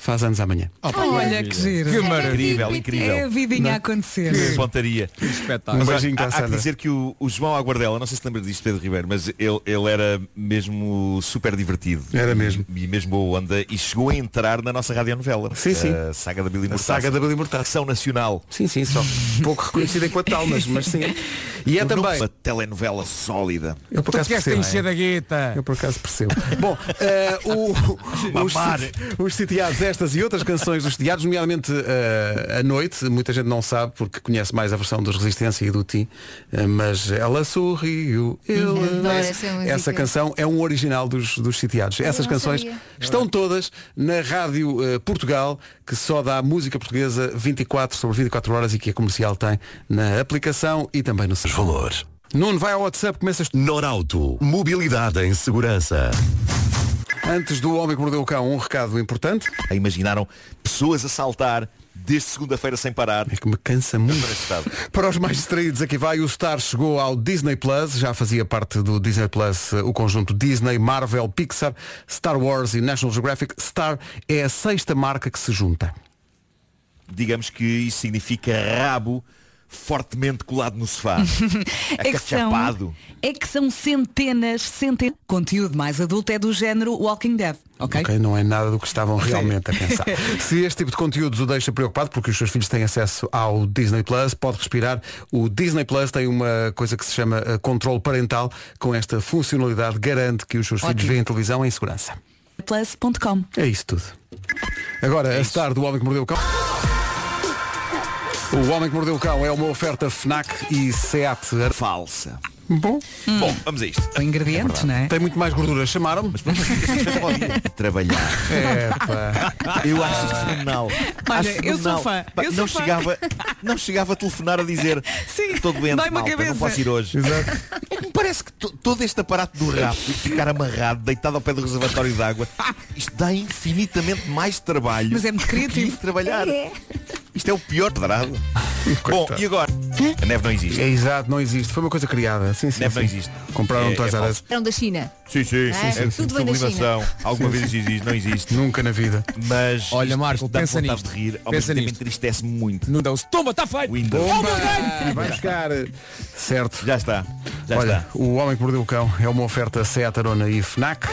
Speaker 1: faz anos amanhã.
Speaker 4: Olha que giro.
Speaker 7: Que maravilha.
Speaker 6: Incrível,
Speaker 4: É a
Speaker 6: incrível.
Speaker 4: vidinha a acontecer.
Speaker 6: Que Pontaria.
Speaker 1: Um
Speaker 7: Espetáculo.
Speaker 6: Mas
Speaker 1: beijinho
Speaker 6: há,
Speaker 1: para a
Speaker 6: há que
Speaker 1: Sandra.
Speaker 6: dizer que o, o João Aguardela, não sei se lembra disto, Pedro Ribeiro, mas ele, ele era mesmo super divertido.
Speaker 1: Era
Speaker 6: E-
Speaker 1: mesmo.
Speaker 6: E, mesmo boa onda. E chegou a entrar na nossa radionovela.
Speaker 1: Sim, sim.
Speaker 6: A saga da Billy
Speaker 1: A
Speaker 6: Mortaça.
Speaker 1: saga da Bela Imortal.
Speaker 6: Ação Nacional.
Speaker 1: Sim, sim, (laughs) só pouco reconhecida enquanto tal, mas, mas sim. E é também...
Speaker 6: Uma telenovela sólida.
Speaker 1: Eu por
Speaker 7: Tu queres
Speaker 1: percebo. é.
Speaker 7: encher da
Speaker 1: (laughs)
Speaker 7: guita.
Speaker 1: Eu por acaso percebo. Bom, eh, o- os,
Speaker 6: Mamar.
Speaker 1: (laughs) os sitiados é Estas e outras canções dos telhados, nomeadamente eh, A Noite, muita gente não sabe porque conhece mais a versão dos Resistência e do Tim, eh, mas ela sorriu, eu
Speaker 5: Adoro
Speaker 1: adorei.
Speaker 5: essa música.
Speaker 1: Essa canção é um original dos, dos sitiados. Essas
Speaker 5: não
Speaker 1: canções
Speaker 5: sabia.
Speaker 1: estão todas na Rádio eh, Portugal, que só dá música portuguesa 24 sobre 24 horas e que a comercial tem na aplicação e também nos seus valores. Nuno, vai ao WhatsApp, começas tu.
Speaker 14: Norauto. Mobilidade em segurança.
Speaker 1: Antes do Homem que Mordeu o Cão, um recado importante.
Speaker 10: Imaginaram pessoas a saltar desde segunda-feira sem parar. É
Speaker 1: que me cansa muito. (laughs) Para os mais distraídos, aqui vai. O Star chegou ao Disney Plus. Já fazia parte do Disney Plus eh, o conjunto Disney, Marvel, Pixar, Star Wars e National Geographic. Star é a sexta marca que se junta.
Speaker 10: Digamos que isso significa rabo fortemente colado no
Speaker 4: (laughs)
Speaker 10: sofá. Acachapado.
Speaker 4: é que É são centenas, centenas. Conteúdo mais adulto é do género Walking Dead, ok?
Speaker 1: Ok, não é nada do que estavam realmente a
Speaker 4: (laughs)
Speaker 1: pensar. Se este tipo de conteúdos o deixa preocupado, porque os seus filhos têm acesso ao Disney Plus, pode respirar. O Disney Plus tem uma coisa que se chama eh, controle parental. Com esta funcionalidade, garante que os seus filhos
Speaker 4: Ótimo.
Speaker 1: veem televisão em segurança.
Speaker 4: Plus.com
Speaker 1: É isso tudo.
Speaker 10: É
Speaker 1: Agora, a star do Homem que Mordeu o Cão. O Homem que Mordeu o Cão é uma oferta FNAC e SEAT.
Speaker 10: Falsa.
Speaker 1: Bom.
Speaker 10: Bom, vamos a isto.
Speaker 4: Com ingredientes, não é?
Speaker 1: Tem muito mais gordura. Chamaram-me?
Speaker 10: (laughs)
Speaker 1: É,
Speaker 10: Trabalhar.
Speaker 1: Epá.
Speaker 10: Eu acho isto fenomenal.
Speaker 4: Olha,
Speaker 10: Acho
Speaker 4: eu sou
Speaker 10: fenomenal.
Speaker 4: fã.
Speaker 10: Pá,
Speaker 4: Eu sou
Speaker 10: não,
Speaker 4: fã.
Speaker 10: Chegava, não chegava a telefonar a dizer estou doente,
Speaker 4: dói-me a
Speaker 10: malta,
Speaker 4: cabeça."
Speaker 10: não posso ir hoje. É que me parece que to- todo este aparato do rápido ficar amarrado, deitado ao pé do reservatório de água, isto dá infinitamente mais trabalho.
Speaker 4: Mas é muito criativo.
Speaker 10: do que trabalhar. Isto é o pior pedrado. (laughs) Bom, e agora? A neve não existe.
Speaker 1: É exato, não existe. Foi uma coisa criada. Sim, sim,
Speaker 10: Neve
Speaker 1: sim.
Speaker 10: não existe.
Speaker 1: Compraram um
Speaker 10: É-
Speaker 1: todas
Speaker 10: é
Speaker 1: as
Speaker 10: falso.
Speaker 5: Eram da China.
Speaker 10: Sim, sim,
Speaker 5: Ah,
Speaker 10: sim, sim,
Speaker 5: tudo vem da
Speaker 10: sublimação.
Speaker 5: China.
Speaker 10: Alguma vez existe, não existe.
Speaker 1: Nunca na vida.
Speaker 10: Mas
Speaker 7: Olha,
Speaker 10: isto-
Speaker 7: Marco,
Speaker 10: isto dá
Speaker 7: pensa
Speaker 10: vontade
Speaker 7: nisto.
Speaker 10: de rir,
Speaker 7: Pensa
Speaker 10: ao mesmo tempo
Speaker 7: nisto.
Speaker 10: entristece muito.
Speaker 7: Não dá Toma, está feito!
Speaker 10: Windows.
Speaker 7: Oh, meu Deus!
Speaker 1: Vai buscar. Certo.
Speaker 10: Já está. Já
Speaker 1: Olha,
Speaker 10: está.
Speaker 1: o Homem que Mordeu o Cão é uma oferta SEAT Arona e FNAC.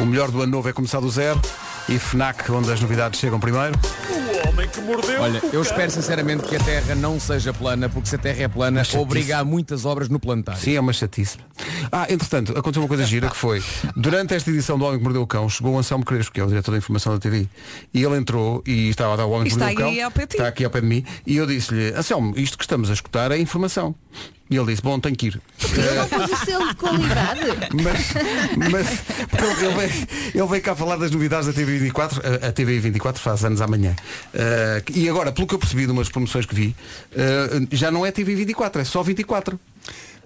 Speaker 1: O melhor do ano novo é começar do zero. E FNAC, onde as novidades chegam primeiro.
Speaker 10: O homem que mordeu.
Speaker 7: Olha, eu espero sinceramente que a Terra não seja plana, porque se a Terra é plana, obriga a muitas obras no planetário.
Speaker 1: Sim, é uma chatice. Ah, entretanto, aconteceu uma coisa gira que foi, durante esta edição do Homem que Mordeu o Cão, chegou o Anselmo Crespo, que é o diretor da informação da TV, e ele entrou e estava a dar o Homem que
Speaker 4: E está
Speaker 1: Mordeu o Cão.
Speaker 4: aí ao pé de ti.
Speaker 1: Está aqui ao pé de mim. E eu disse-lhe, Anselmo, isto que estamos a escutar é informação. E ele disse, bom, tenho que ir.
Speaker 6: É.
Speaker 5: Ele não pôs o selo de qualidade.
Speaker 1: Mas, mas porque ele, ele veio, ele veio cá falar das novidades da TV24. A, a TV24 faz anos amanhã. Ah, e agora, pelo que eu percebi de umas promoções que vi, ah, já não é TV24, é só 24.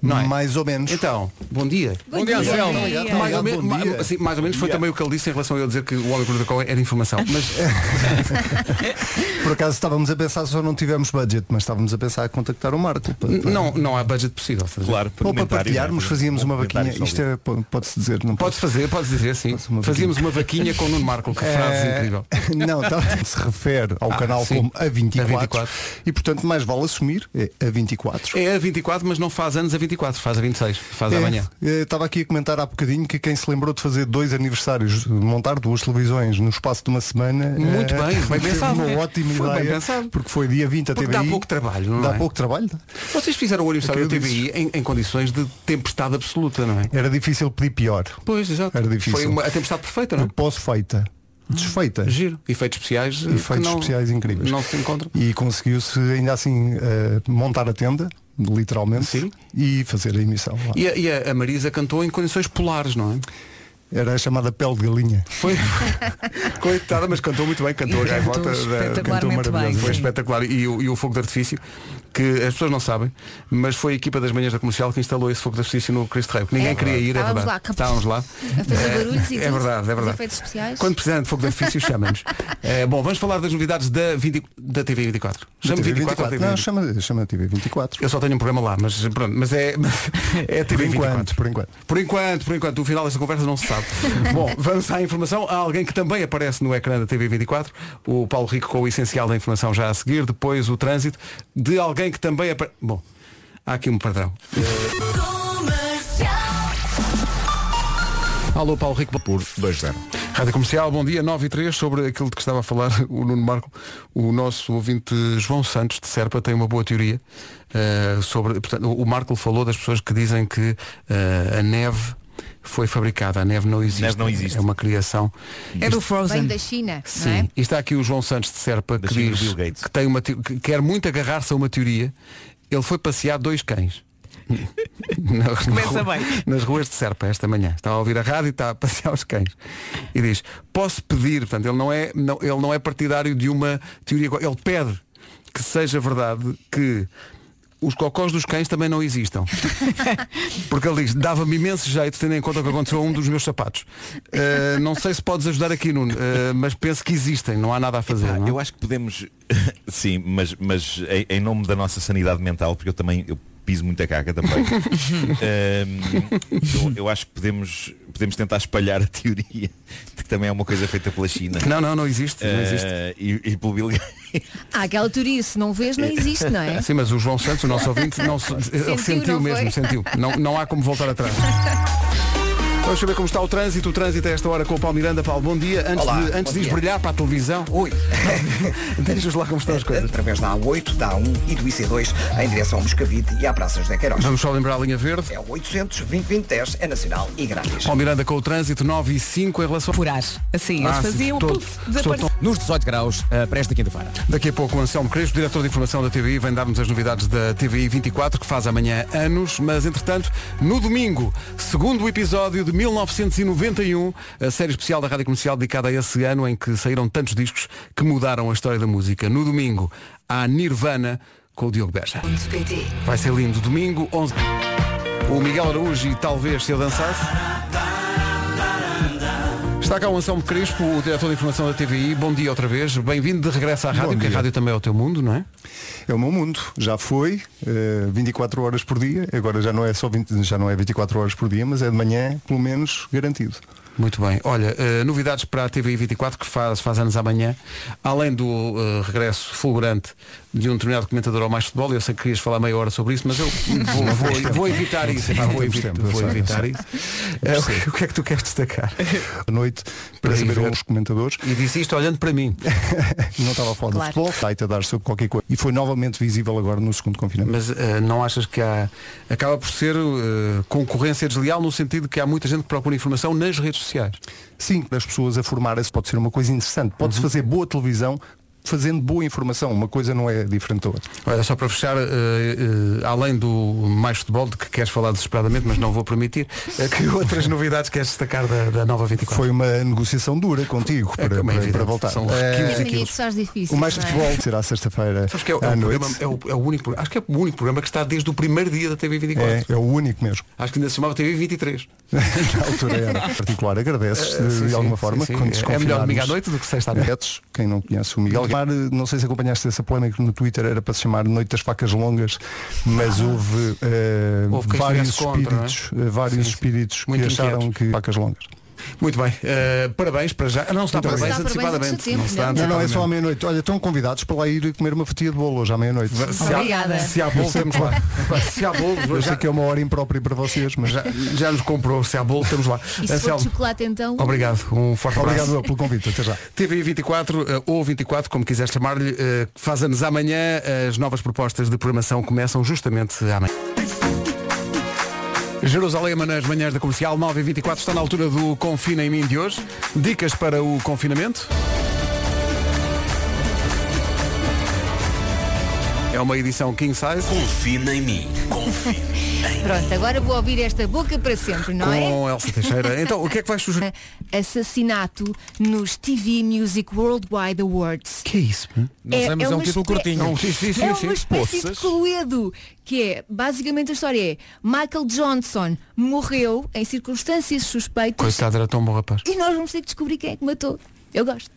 Speaker 1: Não é? Mais ou menos. Então, bom dia.
Speaker 7: Bom dia, Anselmo.
Speaker 1: Mais ou, menos, ma- assim, mais ou menos foi também o que ele disse em relação a eu dizer que o Homem Protocol era informação. Mas eh,
Speaker 6: Por acaso estávamos a pensar, só não tivemos budget, mas estávamos a pensar a contactar o Marco. para-
Speaker 1: n- não, não há budget possível.
Speaker 10: Claro, é?
Speaker 6: Ou para partilharmos, fazíamos uma vaquinha. Isto é, po- pode-se dizer, não
Speaker 1: Podes fazer, podes dizer sim. Fazíamos uma vaquinha com o Nuno Marco, que frase
Speaker 6: (laughs) É,
Speaker 1: incrível.
Speaker 6: Não, tá, se refere ao
Speaker 1: Ah,
Speaker 6: canal
Speaker 1: sim.
Speaker 6: como A24,
Speaker 1: A24.
Speaker 6: E portanto, mais vale assumir é A24.
Speaker 1: É a 24, mas não faz anos a 24, faz a 26, faz
Speaker 6: É,
Speaker 1: amanhã.
Speaker 6: eh, Estava aqui a comentar há bocadinho que quem se lembrou de fazer dois aniversários, de montar duas televisões no espaço de uma semana.
Speaker 1: Muito
Speaker 6: eh,
Speaker 1: bem, bem
Speaker 6: teve
Speaker 1: pensado. né?
Speaker 6: Uma ótima
Speaker 1: Foi bem
Speaker 6: ideia.
Speaker 1: pensado.
Speaker 6: Porque foi dia 20 a
Speaker 1: Porque
Speaker 6: TVI.
Speaker 1: dá pouco trabalho, não
Speaker 6: Dá
Speaker 1: é?
Speaker 6: pouco trabalho?
Speaker 1: Vocês fizeram o aniversário da
Speaker 6: Acredito.
Speaker 1: TVI em, em condições de tempestade absoluta, não é?
Speaker 6: Era difícil pedir pior.
Speaker 1: Pois, exato.
Speaker 6: Era difícil.
Speaker 1: Foi uma, a tempestade perfeita,
Speaker 6: Hum.
Speaker 1: não é?
Speaker 6: Pós-feita. Desfeita.
Speaker 1: Giro. Efeitos especiais. eh, que
Speaker 6: Efeitos
Speaker 1: não-
Speaker 6: especiais incríveis.
Speaker 1: Não se encontram.
Speaker 6: E conseguiu-se ainda assim eh, montar a tenda, literalmente, e fazer a emissão lá.
Speaker 1: E a, e a- a Marisa cantou em condições polares, não é?
Speaker 6: Era a chamada pele de galinha.
Speaker 1: Foi. Coitada, mas cantou muito bem, cantou a
Speaker 6: E cantou
Speaker 1: gaivota. da-
Speaker 6: espetacularmente
Speaker 1: cantou maravilhoso.
Speaker 6: bem,
Speaker 1: Foi
Speaker 6: sim.
Speaker 1: espetacular. E, o- e o fogo de artifício, que as pessoas não sabem, mas foi a equipa das manhãs da comercial que instalou esse fogo de artifício no Cristo Rei. porque Ninguém
Speaker 5: É
Speaker 1: queria ir, é
Speaker 5: Estávamos
Speaker 1: verdade.
Speaker 5: lá,
Speaker 1: Estávamos lá.
Speaker 5: A fazer
Speaker 1: É,
Speaker 5: barulhos e
Speaker 1: É
Speaker 5: tudo,
Speaker 1: verdade, é
Speaker 5: os
Speaker 1: verdade.
Speaker 5: efeitos especiais.
Speaker 1: Quando precisarem de fogo de artifício,
Speaker 5: (laughs)
Speaker 1: chamem-nos. É, bom, vamos falar das novidades da, 20 da TV 24. Chama
Speaker 6: TV
Speaker 1: 24, 24 ou TV 24.
Speaker 6: Não, chama, chama TV24.
Speaker 1: Eu só tenho um programa lá, mas pronto, mas
Speaker 6: (laughs)
Speaker 1: é, é TV 24.
Speaker 6: Por enquanto, por enquanto.
Speaker 1: Por enquanto, por enquanto, o final desta conversa não se
Speaker 6: (laughs)
Speaker 1: sabe. Bom, vamos à informação. Há alguém que também aparece no ecrã da TV24, o Paulo Rico com o essencial da informação já a seguir, depois o trânsito de alguém que também aparece. Bom, há aqui um padrão. Alô, Paulo Rico.
Speaker 7: Por 2-0.
Speaker 1: Rádio Comercial, bom dia, 9 e 3, sobre aquilo de que estava a falar (laughs) o Nuno Marco, o nosso ouvinte João Santos de Serpa tem uma boa teoria eh, sobre, portanto, o Marco falou das pessoas que dizem que eh, a neve foi fabricada. A neve não existe.
Speaker 10: Neve não existe.
Speaker 1: É uma criação.
Speaker 5: É
Speaker 1: Isto-
Speaker 5: do Frozen. Vem da China,
Speaker 1: Sim,
Speaker 5: não é?
Speaker 1: e está aqui o João Santos de Serpa que
Speaker 10: China
Speaker 1: diz
Speaker 10: do Bill Gates.
Speaker 1: que, tem uma te- que quer muito agarrar-se a uma teoria. Ele foi passear dois cães. Na- na
Speaker 4: Começa
Speaker 1: rua-
Speaker 4: bem.
Speaker 1: Nas ruas de Serpa esta manhã. Estava a ouvir a rádio e está a passear os cães. E diz, posso pedir, portanto, ele não é, não- ele não é partidário de uma teoria. qual- Ele pede que seja verdade que os cocós dos cães também não
Speaker 4: (laughs)
Speaker 1: existam. Porque ele diz, dava-me imenso jeito, tendo em conta o que aconteceu a um dos meus sapatos. Uh, não sei se podes ajudar aqui, Nuno, uh, mas penso que existem, não há nada a fazer. não?
Speaker 10: Ah,
Speaker 1: é?
Speaker 10: Eu acho que podemos, (laughs) sim, mas, mas em, em nome da nossa sanidade mental, porque eu também eu piso muita caca
Speaker 1: (laughs)
Speaker 10: também, Ahm, eu, eu acho que podemos, podemos tentar espalhar a teoria de que também é uma coisa feita pela China.
Speaker 1: Não, não, não existe. não
Speaker 10: Ah,
Speaker 1: existe. Eh,
Speaker 10: e, e pelo Bill Gates.
Speaker 5: Há Ah, aquela teoria, se não vês, não existe, não é?
Speaker 1: Sim, mas o João Santos, o nosso ouvinte, não se- ele
Speaker 5: (laughs) Sentiu,
Speaker 1: sentiu
Speaker 5: não
Speaker 1: mesmo,
Speaker 5: foi?
Speaker 1: sentiu. Não, não há como voltar
Speaker 5: (laughs)
Speaker 1: atrás. Vamos saber como está o trânsito. O trânsito a esta hora com o Paulo Miranda. Paulo, bom dia. Antes
Speaker 2: Olá,
Speaker 1: de,
Speaker 2: bom
Speaker 1: antes de
Speaker 2: dia.
Speaker 1: esbrilhar para a televisão. (laughs) Oi. Deixa-nos lá como estão as coisas.
Speaker 2: Através da A8, da A1 e do IC2 em direção ao Moscavide e à Praças de Queiroz.
Speaker 1: Vamos só lembrar a linha verde.
Speaker 2: É o 800 2010 é nacional e grátis.
Speaker 1: Paulo Miranda com o trâsito 9 e 5 em relação.
Speaker 4: Por as. Assim,
Speaker 1: Ah,
Speaker 4: eles
Speaker 1: sim,
Speaker 4: faziam
Speaker 1: todo-
Speaker 4: puff, desaparecia.
Speaker 7: Nos 18 graus, eh, para esta quinta-feira.
Speaker 1: Daqui a pouco o Anselmo Crespo, diretor de informação da TVI, vem dar-nos as novidades da TVI 24, que faz amanhã anos, mas entretanto, no domingo, segundo episódio de 1991, a série especial da Rádio Comercial dedicada a esse ano em que saíram tantos discos que mudaram a história da música. No domingo, há Nirvana com o Diogo Beja. Vai ser lindo. Domingo, 11... O Miguel Araújo e talvez se eu dançasse. Está cá o Anselmo Crespo, o diretor de informação da TVI. Bom dia outra vez. Bem-vindo de regresso à rádio, porque a rádio também é o teu mundo, não é?
Speaker 6: É o meu mundo, já foi, eh, 24 horas por dia, agora já não é só 20 já não é 24 horas por dia, mas é de manhã, pelo menos garantido.
Speaker 1: Muito bem. Olha, eh, novidades para a TVI 24, que faz, faz anos amanhã, além do eh, regresso fulgurante de um determinado comentador ao Mais Futebol, eu sei que querias falar meia hora sobre isso, mas eu vou, vou- vou evitar isso. pá, vou evi- vou evitar isso. Eh, o que- o que é que tu queres destacar?
Speaker 6: À noite, para
Speaker 1: Aí
Speaker 6: saber
Speaker 1: vemos.
Speaker 6: os comentadores.
Speaker 1: E disse isto olhando para mim.
Speaker 6: Não estava a falar
Speaker 1: Claro.
Speaker 6: do futebol, está a dar sobre qualquer coisa. E foi novamente visível agora no segundo confinamento.
Speaker 1: Mas eh, não achas que há. Acaba por ser eh, concorrência desleal no sentido que há muita gente que procura informação nas redes sociais.
Speaker 6: Sim, das pessoas a formarem-se pode ser uma coisa interessante.
Speaker 1: Uhum.
Speaker 6: Pode-se fazer boa televisão fazendo boa informação. Uma coisa não é diferente da outra.
Speaker 1: Olha, só para fechar, eh, eh, além do mais futebol, de que queres falar desesperadamente, mas não vou permitir, eh, que outras novidades queres destacar da, da nova 24?
Speaker 6: Foi uma negociação dura contigo para,
Speaker 1: como é
Speaker 6: para-
Speaker 1: evidente,
Speaker 6: para voltar.
Speaker 1: são
Speaker 6: Eh,
Speaker 5: Tinha pessoas difíceis.
Speaker 6: o mais
Speaker 5: não é?
Speaker 6: futebol será sexta-feira
Speaker 1: Sabes que é, o- é
Speaker 6: à
Speaker 1: o
Speaker 6: noite.
Speaker 1: programa, é, o, é o único, pro- acho que é o único programa que está desde o primeiro dia da TV 24.
Speaker 6: É, é o
Speaker 1: (laughs)
Speaker 6: único mesmo.
Speaker 1: Acho que ainda se chamava TV 23.
Speaker 6: Na altura era particular. Agradeces
Speaker 1: Eh,
Speaker 6: de,
Speaker 1: sim,
Speaker 6: de
Speaker 1: sim,
Speaker 6: alguma
Speaker 1: sim,
Speaker 6: forma.
Speaker 1: sim.
Speaker 6: Quando
Speaker 1: É melhor domingo à noite do que sexta à noite.
Speaker 6: Betos, quem não conhece o Miguel Guimar, não sei se acompanhaste essa polémica no Twitter, era para se chamar Noite das Facas Longas, mas houve, eh,
Speaker 1: Ah. Houve quem
Speaker 6: vários
Speaker 1: estivesse contra, é?
Speaker 6: espíritos, eh, vários espíritos que
Speaker 1: Muito
Speaker 6: acharam que facas longas.
Speaker 1: Muito bem. eh, parabéns para já. Ah, Não, está
Speaker 6: Muito
Speaker 1: parabéns
Speaker 6: bem.
Speaker 1: antecipadamente. se dá
Speaker 6: não, não, é só à
Speaker 1: antecipadamente.
Speaker 6: meia-noite. Olha, estão convidados para lá ir comer uma fatia de bolo hoje à meia-noite.
Speaker 1: Se há- Se há bolo, estamos lá. Se há bolo,
Speaker 6: Eu sei
Speaker 1: já,
Speaker 6: que é uma hora imprópria (laughs) para vocês, mas
Speaker 1: já, já nos comprou. Se há bolo, estamos lá.
Speaker 5: E se for
Speaker 6: é
Speaker 5: de
Speaker 1: Anselmo,
Speaker 5: chocolate, então...
Speaker 1: Obrigado, um forte
Speaker 6: Obrigado
Speaker 1: abraço.
Speaker 6: eu pelo convite, até já.
Speaker 1: TV 24, eh, ou 24, como quiser chamar-lhe, eh, que faz anos amanhã. eh, As novas propostas de programação começam justamente amanhã. Jerusalém nas manhãs da comercial 9 e 24 está na altura do Confina em mim de hoje. Dicas para o confinamento. É uma edição king size. Confina em mim.
Speaker 5: Pronto, agora vou ouvir esta boca para sempre, não é?
Speaker 1: Com Elsa Teixeira. Então, o que é que vais sugerir?
Speaker 5: Assassinato nos TV Music Worldwide Awards.
Speaker 1: Que é isso?
Speaker 5: É- é uma espé-
Speaker 1: Não, sim, sim, sim,
Speaker 5: é
Speaker 1: sim.
Speaker 5: uma espécie de coedo, que é, basicamente a história é, Michael Johnson morreu em circunstâncias suspeitas
Speaker 1: Coitado, era tão bom (laughs) rapaz.
Speaker 5: e nós vamos ter que descobrir quem é que matou. Eu gosto.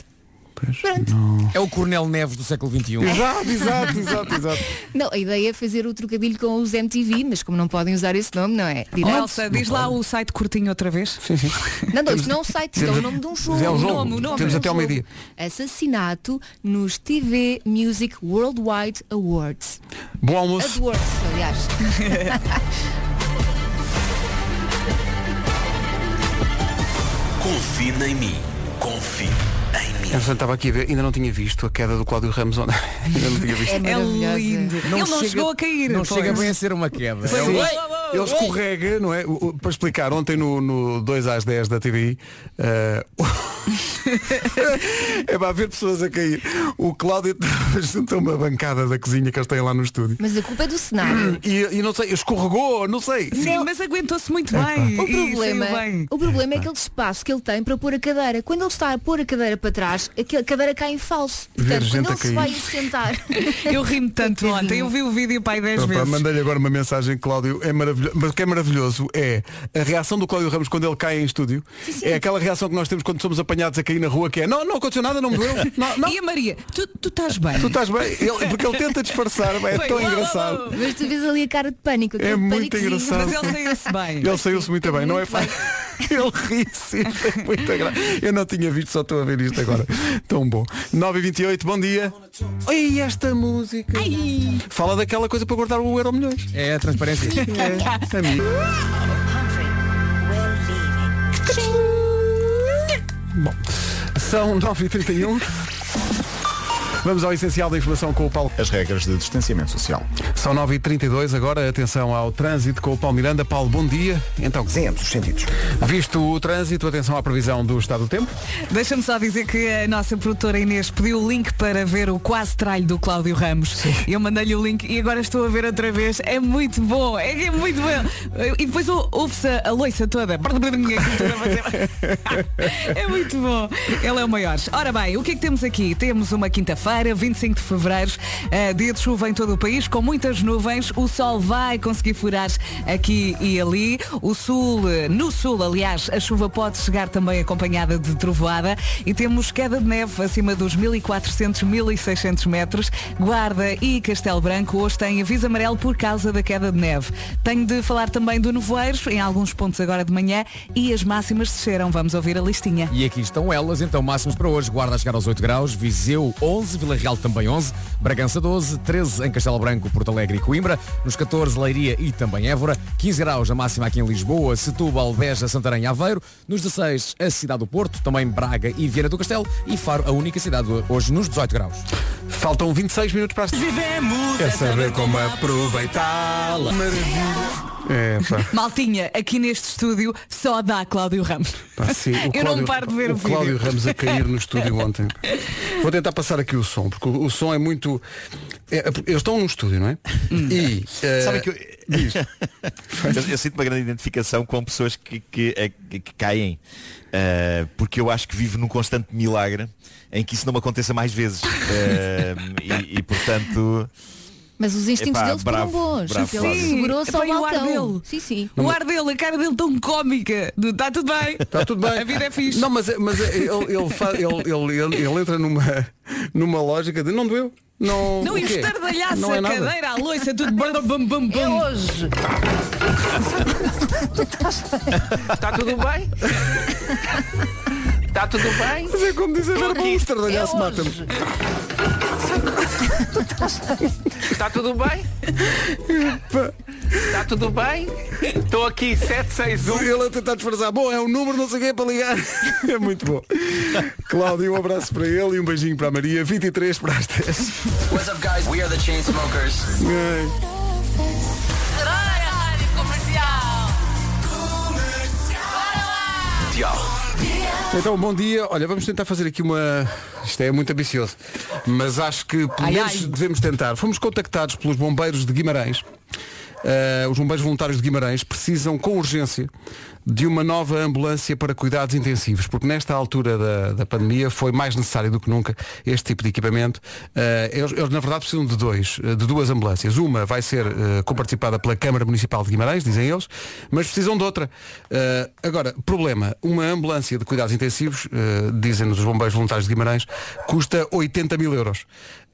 Speaker 5: Pronto.
Speaker 7: É o Cornel Neves do século um. XXI.
Speaker 5: Exato, exato,
Speaker 1: exato, exato.
Speaker 5: Não, a ideia é fazer o trocadilho com os MTV, mas como não podem usar esse nome, não é? Dirão-
Speaker 4: Elsa, diz lá o site curtinho outra vez.
Speaker 1: Sim, sim.
Speaker 5: Não, não, isto não é um site, isto é o
Speaker 1: Temos-
Speaker 5: nome de um jogo.
Speaker 1: é um jogo.
Speaker 5: O nome, o nome,
Speaker 1: Temos
Speaker 5: é um
Speaker 1: até ao
Speaker 5: jogo.
Speaker 1: meio-dia.
Speaker 5: Assassinato nos TV Music Worldwide Awards.
Speaker 1: Bom almoço.
Speaker 5: Awards, aliás.
Speaker 15: Confina em mim. Confia.
Speaker 1: Entretanto, estava aqui a ver, ainda não tinha visto a queda do Cláudio Ramos ontem. (laughs) ainda não tinha visto.
Speaker 4: É lindo. Ele não chegou a cair.
Speaker 7: Não
Speaker 4: pois.
Speaker 1: assim.
Speaker 7: chega bem a ser uma queda.
Speaker 4: Foi
Speaker 5: assim.
Speaker 7: É um-
Speaker 4: um-
Speaker 7: Oi!
Speaker 1: Ele escorrega, não é? O- o- Para explicar, ontem no, no 2 às 10 da TV, eh, (laughs) é para ver pessoas a cair. O Cláudio (laughs) estava junto a uma bancada da cozinha que eles têm lá no estúdio.
Speaker 5: Mas a culpa é
Speaker 1: (clears throat)
Speaker 5: do cenário.
Speaker 1: E, e não sei, escorregou, não sei.
Speaker 4: Sim, mas aguentou-se muito
Speaker 1: Epá.
Speaker 4: bem.
Speaker 5: O
Speaker 4: e saiu
Speaker 5: problema,
Speaker 4: bem.
Speaker 5: o problema é aquele espaço que ele tem para pôr a cadeira. Quando ele está a pôr a cadeira para trás, a cadeira cai em falso.
Speaker 1: Ver
Speaker 5: Portanto,
Speaker 1: gente
Speaker 5: quando
Speaker 1: a
Speaker 5: ele se
Speaker 1: cair.
Speaker 5: vai
Speaker 1: (laughs)
Speaker 5: sentar. é
Speaker 4: Eu ri-me tanto ontem, eu vi o vídeo pai 10
Speaker 1: Opa,
Speaker 4: vezes.
Speaker 1: Então, Mandei-lhe agora uma mensagem, Cláudio, é maravilhoso. Mas o que é maravilhoso é a reação do Cláudio Ramos quando ele cai em estúdio. É aquela reação que nós temos quando somos apanhados a cair na rua, que é não, não aconteceu nada, não me doeu. Não, não.
Speaker 4: E a Maria, tu, tu estás bem.
Speaker 1: Tu estás bem? Ele- porque ele tenta disfarçar, é
Speaker 4: Foi,
Speaker 1: tão
Speaker 4: uau, uau,
Speaker 1: engraçado.
Speaker 4: uau.
Speaker 5: Mas tu vês ali a cara de pânico.
Speaker 1: É
Speaker 5: aquele
Speaker 1: muito
Speaker 5: pânicozinho.
Speaker 1: engraçado. Ele saiu-se muito bem, não é fácil. (laughs) Ele ri-se, é muito engraçado. Eu não tinha visto, só estou a ver isto agora. Tão bom. 9h28, bom dia. E esta música. Fala daquela coisa para guardar o euro milhões.
Speaker 7: É a transparência.
Speaker 1: É, amigo. Bom, são 9h31. Vamos ao essencial da informação com o Paulo.
Speaker 16: As regras de distanciamento social.
Speaker 1: São 9h32 agora, atenção ao trânsito com o Paulo Miranda. Paulo, bom dia. Então,
Speaker 2: Sim, ambos os sentidos.
Speaker 1: Visto o trânsito, atenção à previsão do estado do tempo.
Speaker 4: Deixa-me só dizer que a nossa produtora Inês pediu o link para ver o quase tralho do Cláudio Ramos. Eu mandei-lhe o link e agora estou a ver outra vez. É muito bom, é, que é muito bom. E depois ou- ouve-se a loiça toda. (laughs) É muito bom. Ele é o maior. Ora bem, o que é que temos aqui? Temos uma quinta-feira, 25 de fevereiro, eh, dia de chuva em todo o país, com muitas nuvens. O sol vai conseguir furar aqui e ali. O sul, eh, no sul, aliás, a chuva pode chegar também acompanhada de trovoada. E temos queda de neve acima dos 1400, 1600 metros. Guarda e Castelo Branco hoje têm aviso amarelo por causa da queda de neve. Tenho de falar também do nevoeiro, em alguns pontos agora de manhã, e as máximas desceram. Vamos ouvir a listinha.
Speaker 7: E aqui estão elas, então máximos para hoje. Guarda a chegar aos 8 graus, Viseu 11, Vila Real também 11, Bragança 12, 13 em Castelo Branco, Porto Alegre e Coimbra, nos 14 Leiria e também Évora, 15 graus a máxima aqui em Lisboa, Setúbal, Beja, Santarém e Aveiro, nos 16 a cidade do Porto, também Braga e Vieira do Castelo e Faro a única cidade hoje nos 18 graus.
Speaker 1: Faltam 26 minutos para as...
Speaker 7: Vivemos
Speaker 1: Quer saber como aproveitá-la? É, pá.
Speaker 4: Maltinha, aqui neste estúdio só dá Cláudio Ramos.
Speaker 1: Pá, sim, o
Speaker 4: (laughs) Eu
Speaker 1: Cláudio-
Speaker 4: não paro de ver
Speaker 1: o
Speaker 4: o, vídeo.
Speaker 1: Cláudio Ramos a cair no estúdio ontem. Vou tentar passar aqui o som, porque o, o som é muito. é- eles estão num estúdio, não é?
Speaker 4: Hum.
Speaker 1: E. eh,
Speaker 10: Sabe que eu, (laughs) eu, eu sinto uma grande identificação com pessoas que, que, é- que- que caem. eh, porque eu acho que vivo num constante milagre em que isso não me aconteça mais
Speaker 1: (laughs)
Speaker 10: vezes. Eh, e, e, portanto.
Speaker 5: Mas os instintos
Speaker 10: Epá,
Speaker 5: deles
Speaker 10: bravo,
Speaker 5: foram bons.
Speaker 10: bravo,
Speaker 5: ele
Speaker 10: Cláudio.
Speaker 1: é
Speaker 5: segurou-se ao
Speaker 4: Epá, e o ar
Speaker 5: balcão.
Speaker 4: dele?
Speaker 5: Sim, sim.
Speaker 4: O ar dele, a cara dele tão cómica. Está tudo
Speaker 1: (laughs)
Speaker 4: bem.
Speaker 1: Está tudo bem.
Speaker 4: A vida é fixe.
Speaker 1: Não, mas, mas ele, ele, faz- ele- ele- ele- ele entra numa, numa lógica de não doeu. Não,
Speaker 4: Não,
Speaker 1: o
Speaker 4: e
Speaker 1: quê?
Speaker 4: estardalhaça,
Speaker 1: Não é
Speaker 4: a
Speaker 1: nada.
Speaker 4: cadeira, a loiça, tudo bam, bam, bam, bam. hoje.
Speaker 17: Está tá tudo bem? Está tudo bem?
Speaker 1: Mas é como diz a Vera Bom, estardalhaço
Speaker 17: É
Speaker 1: mata-me.
Speaker 17: Está Tá tudo bem? Está tudo bem? Estou aqui 761.
Speaker 1: Ele a tentar disfarçar. Bom, é um número, não sei o que é para ligar. (laughs) É muito bom. Cláudio, um abraço para ele e um beijinho para a Maria. 23 para as 10.
Speaker 15: What's up, guys? We are the chain smokers.
Speaker 1: Ai.
Speaker 4: É
Speaker 1: Então, bom dia. Olha, vamos tentar fazer aqui uma. Isto é muito ambicioso. Mas acho que pelo
Speaker 4: Ai,
Speaker 1: menos
Speaker 4: ai.
Speaker 1: devemos tentar. Fomos contactados pelos bombeiros de Guimarães. Ah, os bombeiros voluntários de Guimarães precisam com urgência de uma nova ambulância para cuidados intensivos, porque nesta altura da, da pandemia foi mais necessário do que nunca este tipo de equipamento. Ah, eles, eles, na verdade precisam de dois, eh, de duas ambulâncias. Uma vai ser eh, comparticipada pela Câmara Municipal de Guimarães, dizem eles, mas precisam de outra. Ah, agora, problema, uma ambulância de cuidados intensivos, eh, dizem-nos os bombeiros voluntários de Guimarães, custa 80 mil euros.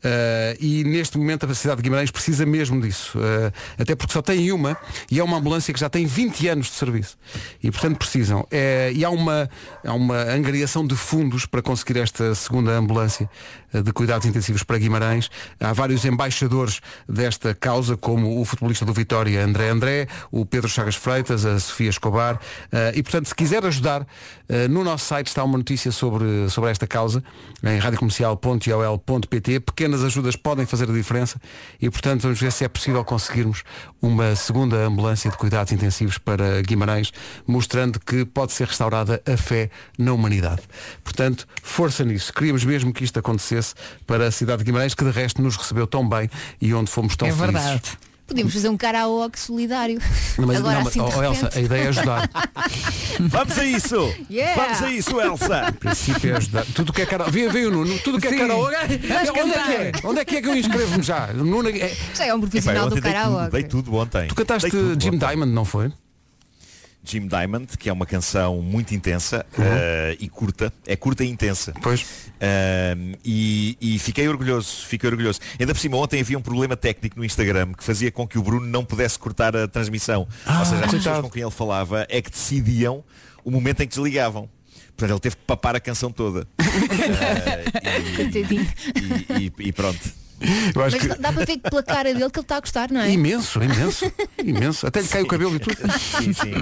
Speaker 1: Ah, e neste momento a cidade de Guimarães precisa Eh, mesmo disso. Ah, até porque só tem uma e é uma ambulância que já tem 20 anos de serviço. E E portanto precisam. É, e há uma, há uma angariação de fundos para conseguir esta segunda ambulância eh, de cuidados intensivos para Guimarães. Há vários embaixadores desta causa, como o futebolista do Vitória André André, o Pedro Chagas Freitas, a Sofia Escobar. Eh, e portanto, se quiser ajudar, eh, no nosso site está uma notícia sobre, sobre esta causa, em radiocomercial.iol.pt. Pequenas ajudas podem fazer a diferença e portanto vamos ver se é possível conseguirmos uma segunda ambulância de cuidados intensivos para Guimarães, mostrando que pode ser restaurada a fé na humanidade. Portanto, força nisso. Queríamos mesmo que isto acontecesse para a cidade de Guimarães, que de resto nos recebeu tão bem e onde fomos tão
Speaker 4: É
Speaker 1: felizes.
Speaker 4: verdade.
Speaker 5: Podíamos fazer um karaoke solidário.
Speaker 1: Não, mas-
Speaker 5: Agora
Speaker 1: não, mas-
Speaker 5: assim de
Speaker 1: oh, Elsa,
Speaker 5: repente.
Speaker 1: a ideia é
Speaker 5: (laughs)
Speaker 1: ajudar.
Speaker 10: Vamos a isso!
Speaker 5: Yeah!
Speaker 10: Vamos a isso,
Speaker 5: (laughs)
Speaker 10: Elsa!
Speaker 1: princípio é ajudar. Tudo que é cara. Vê, vê o Nuno, tudo que é
Speaker 10: Sim.
Speaker 1: karaoke.
Speaker 10: Vamos
Speaker 1: Onde é que é? Onde é que é que eu inscrevo-me já? Nuno é...
Speaker 5: Já é um profissional do
Speaker 10: ontem dei tudo,
Speaker 5: karaoke.
Speaker 10: dei tudo ontem.
Speaker 1: Tu cantaste
Speaker 10: Dei tudo
Speaker 1: Jim
Speaker 10: ontem.
Speaker 1: Diamond, não foi?
Speaker 10: Jim Diamond, que é uma canção muito intensa eh, e curta, é curta e intensa.
Speaker 1: Uhum.
Speaker 10: Ehm,
Speaker 1: Pois.
Speaker 10: e, e fiquei orgulhoso, fiquei orgulhoso. Ainda por cima, ontem havia um problema técnico no Instagram que fazia com que o Bruno não pudesse cortar a transmissão.
Speaker 1: Ah,
Speaker 10: Ou seja, as pessoas
Speaker 1: coitado.
Speaker 10: com quem ele falava é que decidiam o momento em que desligavam. Portanto, ele teve que papar a
Speaker 5: (laughs)
Speaker 10: canção toda.
Speaker 5: Coitadinho.
Speaker 10: E, e- e pronto.
Speaker 1: Eu
Speaker 5: Mas dá- dá para ver pela cara dele que ele está a gostar, não é?
Speaker 1: Imenso, imenso, imenso. Até lhe cai o cabelo e tudo.
Speaker 10: Sim, sim.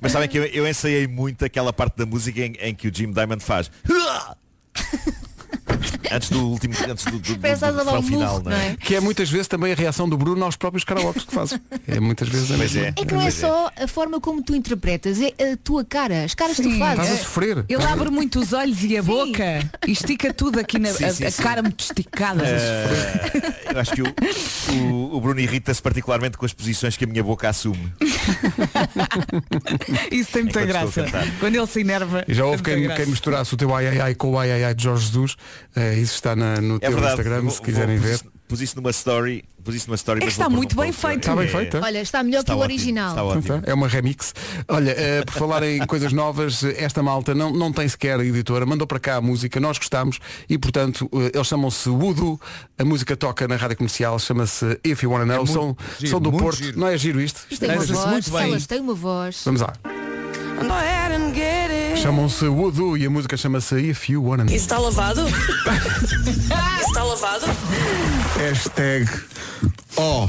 Speaker 10: Mas sabem que eu, eu ensaiei muito aquela parte da música em, em que o Jim Diamond faz. (laughs) Antes do último, antes do, do, do, do
Speaker 5: Parece a dar
Speaker 10: refrão
Speaker 5: um
Speaker 10: final,
Speaker 5: murro,
Speaker 10: não é?
Speaker 1: Que é muitas vezes também a reação do Bruno aos próprios karaokes que fazes. É muitas vezes a
Speaker 10: Pois
Speaker 1: mesma.
Speaker 10: é.
Speaker 5: É que não é só a forma como tu interpretas, é a tua cara, as caras que tu
Speaker 4: Sim.
Speaker 5: fazes.
Speaker 1: Estás a sofrer.
Speaker 4: Ele abre muito os olhos e a boca e estica tudo aqui na
Speaker 10: Sim,
Speaker 4: a-
Speaker 10: sim,
Speaker 4: a,
Speaker 10: sim.
Speaker 4: cara muito esticada.
Speaker 10: Ah, eu acho que o, o, o Bruno irrita-se particularmente com as posições que a minha boca assume.
Speaker 4: Isso tem muita
Speaker 10: Enquanto estou
Speaker 4: graça.
Speaker 10: a cantar.
Speaker 4: Quando ele se enerva.
Speaker 1: E Já houve
Speaker 4: tem muita
Speaker 1: quem,
Speaker 4: graça.
Speaker 1: quem misturasse o teu ai ai ai com o ai ai ai de Jorge Jesus. Eh, isso está na- no
Speaker 10: É
Speaker 1: teu
Speaker 10: verdade.
Speaker 1: Instagram,
Speaker 10: vou-
Speaker 1: se quiserem
Speaker 10: vou-
Speaker 1: ver.
Speaker 10: Pus, pus isso numa story. Pus isso numa story
Speaker 4: É que
Speaker 10: mas
Speaker 4: está
Speaker 10: vou pôr
Speaker 4: muito
Speaker 10: num
Speaker 4: bem
Speaker 10: post.
Speaker 4: feito.
Speaker 1: Está bem feito, é?
Speaker 5: Olha, está melhor
Speaker 10: Está
Speaker 5: que o
Speaker 10: ótimo,
Speaker 5: original.
Speaker 10: está ótimo.
Speaker 7: Então.
Speaker 1: Pronto, é uma remix. Olha, eh, por falar
Speaker 7: (laughs)
Speaker 1: em coisas novas, eh, esta malta não, não tem sequer editora, mandou para cá a música, nós gostámos e, portanto, eh, eles chamam-se Voodoo, a música toca na rádio comercial, chama-se If You Wanna Know,
Speaker 7: É muito
Speaker 1: são,
Speaker 7: giro,
Speaker 1: são do
Speaker 7: muito
Speaker 1: Porto.
Speaker 7: giro.
Speaker 1: Não é giro isto?
Speaker 5: E tem uma
Speaker 7: Dança-se
Speaker 5: voz,
Speaker 7: muito bem.
Speaker 5: elas têm uma voz.
Speaker 1: Vamos lá. Chamam-se Voodoo e a música chama-se If You Wanna Know.
Speaker 18: está tá
Speaker 1: (laughs)
Speaker 18: lavado? está lavado?
Speaker 1: Hashtag Oh.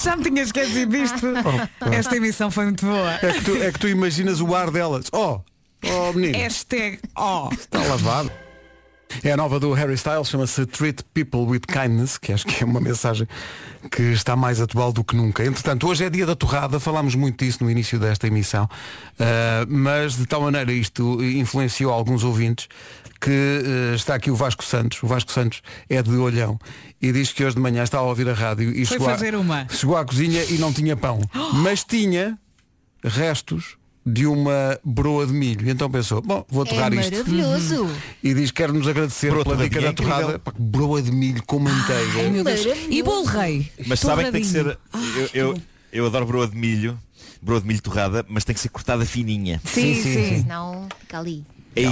Speaker 4: Já me tinha esquecido
Speaker 10: (laughs)
Speaker 4: disto. Esta emissão foi muito boa.
Speaker 10: assim.
Speaker 1: É que, tu, é que tu imaginas o ar delas. Oh, oh menino.
Speaker 18: É
Speaker 4: Hashtag ó.
Speaker 1: Oh, Está lavado. É a nova do Harry Styles, chama-se Treat People with Kindness, que acho que é uma mensagem que está mais atual do que nunca. Entretanto, hoje é dia da torrada, falámos muito disso no início desta emissão, ah, mas de tal maneira isto influenciou alguns ouvintes que ah, está aqui o Vasco Santos, o Vasco Santos é de olhão e diz que hoje de manhã está a ouvir a rádio e
Speaker 4: Foi
Speaker 1: chegou,
Speaker 4: fazer
Speaker 1: a,
Speaker 4: uma.
Speaker 1: chegou à cozinha e não tinha
Speaker 4: (gasps)
Speaker 1: pão, mas tinha restos de uma broa de milho. E então pensou, bom, vou torrar
Speaker 5: É
Speaker 1: isto
Speaker 5: maravilhoso.
Speaker 1: e diz quero nos agradecer
Speaker 10: Broa
Speaker 1: pela
Speaker 10: toda
Speaker 1: dica
Speaker 10: minha,
Speaker 1: da
Speaker 10: é incrível.
Speaker 1: torrada Pá, broa de milho com manteiga
Speaker 4: Ai, meu Deus. E bolo rei.
Speaker 10: Mas sabem que tem que ser.
Speaker 4: Torradinho.
Speaker 10: Eu, eu, eu adoro broa de milho, broa de milho torrada, mas tem que ser cortada fininha.
Speaker 4: Sim, sim.
Speaker 5: Senão fica ali.
Speaker 10: Ei,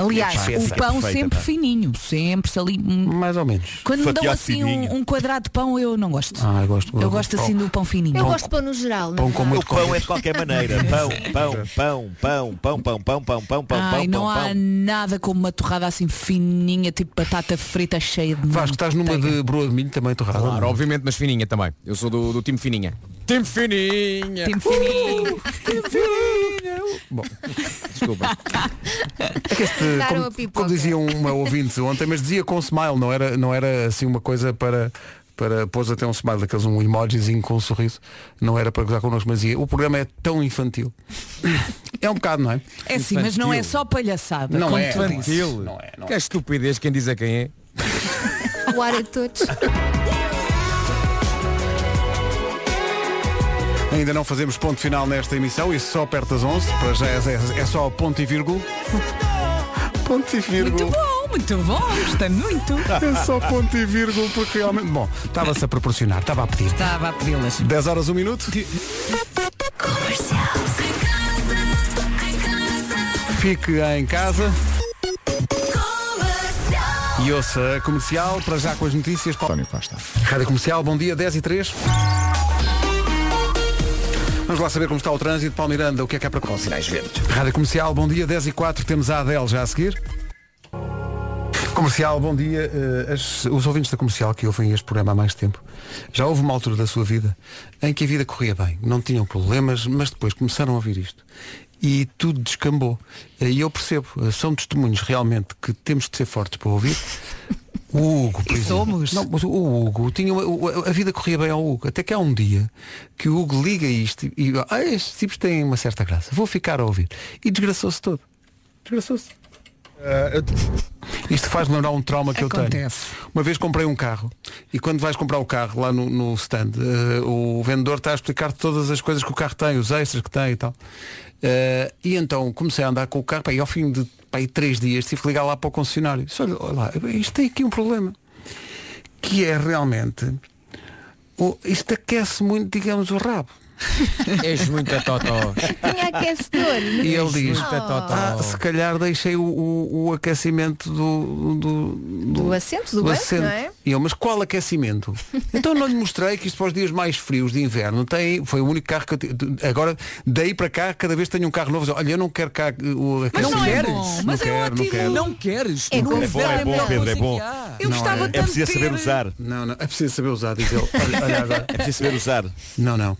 Speaker 4: Aliás, o pão
Speaker 10: Perfeita,
Speaker 4: sempre
Speaker 10: pá.
Speaker 4: fininho. Sempre ali.
Speaker 1: mais ou menos
Speaker 4: Quando me dão
Speaker 10: Fatiado
Speaker 4: assim
Speaker 10: fininho.
Speaker 4: um, um quadrado de pão, eu não gosto.
Speaker 1: ah eu gosto
Speaker 4: Eu gosto assim do pão fininho.
Speaker 5: Eu gosto de pão no geral.
Speaker 1: Pão
Speaker 5: não
Speaker 1: com
Speaker 5: dá?
Speaker 1: muito
Speaker 10: O pão é de qualquer maneira.
Speaker 1: (laughs)
Speaker 10: Pão, pão, pão, pão, pão, pão, pão, pão, pão,
Speaker 4: Ai,
Speaker 10: pão,
Speaker 4: não
Speaker 10: pão,
Speaker 4: há
Speaker 10: pão.
Speaker 4: nada como uma torrada assim fininha, tipo batata frita cheia de
Speaker 1: Vasco estás numa
Speaker 4: manteiga.
Speaker 1: de broa de milho também torrada
Speaker 7: Claro,
Speaker 1: não é?
Speaker 7: obviamente, mas fininha também. Eu sou do, do time fininha. Time fininha!
Speaker 4: Tipo fininho.
Speaker 1: Bom,
Speaker 7: Desculpa.
Speaker 1: é que este,
Speaker 5: Dar uma
Speaker 1: como,
Speaker 5: pipoca.
Speaker 1: como dizia um, uma ouvinte ontem mas dizia com smile não era não era assim uma coisa para para pôs até um smile daqueles um emojizinho com um sorriso não era para gozar connosco mas dizia o programa é tão infantil (coughs) é um bocado não é
Speaker 4: É sim, mas não é só palhaçada.
Speaker 1: Não
Speaker 4: como
Speaker 1: é.
Speaker 4: tu dizes.
Speaker 7: Infantil.
Speaker 1: Não é, não é.
Speaker 7: Que estupidez quem diz a quem é.
Speaker 5: O ar é de todos.
Speaker 1: Ainda não fazemos ponto final nesta emissão, isso só perto das 11, para já é, é- é só ponto e vírgula. (laughs) ponto e
Speaker 4: Muito
Speaker 1: vírgula.
Speaker 4: bom, muito bom, gostei
Speaker 1: (laughs)
Speaker 4: muito.
Speaker 1: É só ponto e vírgula, porque realmente. Bom, estava-se a proporcionar, estava a pedir.
Speaker 4: Estava a pedi-las.
Speaker 1: 10 horas, 1 minuto. Fique em casa. E ouça a comercial, para já com as notícias. Paulo Costa. Rádio Comercial, bom dia, 10 e 3. Vamos lá saber como está o trânsito. Paulo Miranda, o que é que há para Com
Speaker 2: sinais verdes.
Speaker 1: Rádio Comercial, bom dia, 10 e 4, temos a Adele já a seguir. Comercial, bom dia. Eh, as- os ouvintes da comercial que ouvem este programa há mais tempo, já houve uma altura da sua vida em que a vida corria bem, não tinham problemas, mas depois começaram a ouvir isto. E tudo descambou. Eh, E eu percebo, eh, são testemunhos realmente que temos que ser fortes para ouvir. O Hugo, por exemplo. Não, mas o Hugo tinha uma- o- a vida corria bem ao Hugo. Até que há um dia que o Hugo liga isto e ah, estes tipos têm uma certa graça. Vou ficar a ouvir. E desgraçou-se todo. Desgraçou-se. Isto faz lembrar um trauma que
Speaker 4: Acontece.
Speaker 1: eu tenho. Uma vez comprei um carro e quando vais comprar o carro lá no, no stand, eh, o vendedor está a explicar todas as coisas que o carro tem, os extras que tem e tal. Eh, e então comecei a andar com o carro pá, e ao fim de pá, aí três dias tive que ligar lá para o concessionário. Disse, olha, olha lá, isto tem aqui um problema. Que é realmente. o- isto aquece muito, digamos, o rabo.
Speaker 7: És muito a totó.
Speaker 5: Tinha aquecedor.
Speaker 1: E ele diz,
Speaker 5: Oh.
Speaker 1: "Ah, se calhar deixei o, o- o aquecimento do, do,
Speaker 5: Do assento, do banco, não é?
Speaker 1: E eu, mas qual aquecimento? então não lhe mostrei que isto para os dias mais frios de inverno tem, foi o único carro que eu ti- Agora, daí para cá, cada vez tenho um carro novo. Olha, eu não quero cá eh, o
Speaker 7: Mas
Speaker 1: aquecimento.
Speaker 7: não queres.
Speaker 1: Não quero, não quero.
Speaker 7: Não queres.
Speaker 1: É
Speaker 7: Não
Speaker 1: bom,
Speaker 7: queres.
Speaker 1: é bom,
Speaker 7: a melhor
Speaker 1: Pedro,
Speaker 7: coisa
Speaker 1: é bom.
Speaker 7: que há.
Speaker 1: Eu Não, gostava é- é tanto preciso de saber ter-
Speaker 10: usar.
Speaker 1: Não, não, é preciso saber usar, diz ele. Olha, olha agora.
Speaker 10: É preciso
Speaker 1: (laughs)
Speaker 10: saber usar.
Speaker 1: Não, não.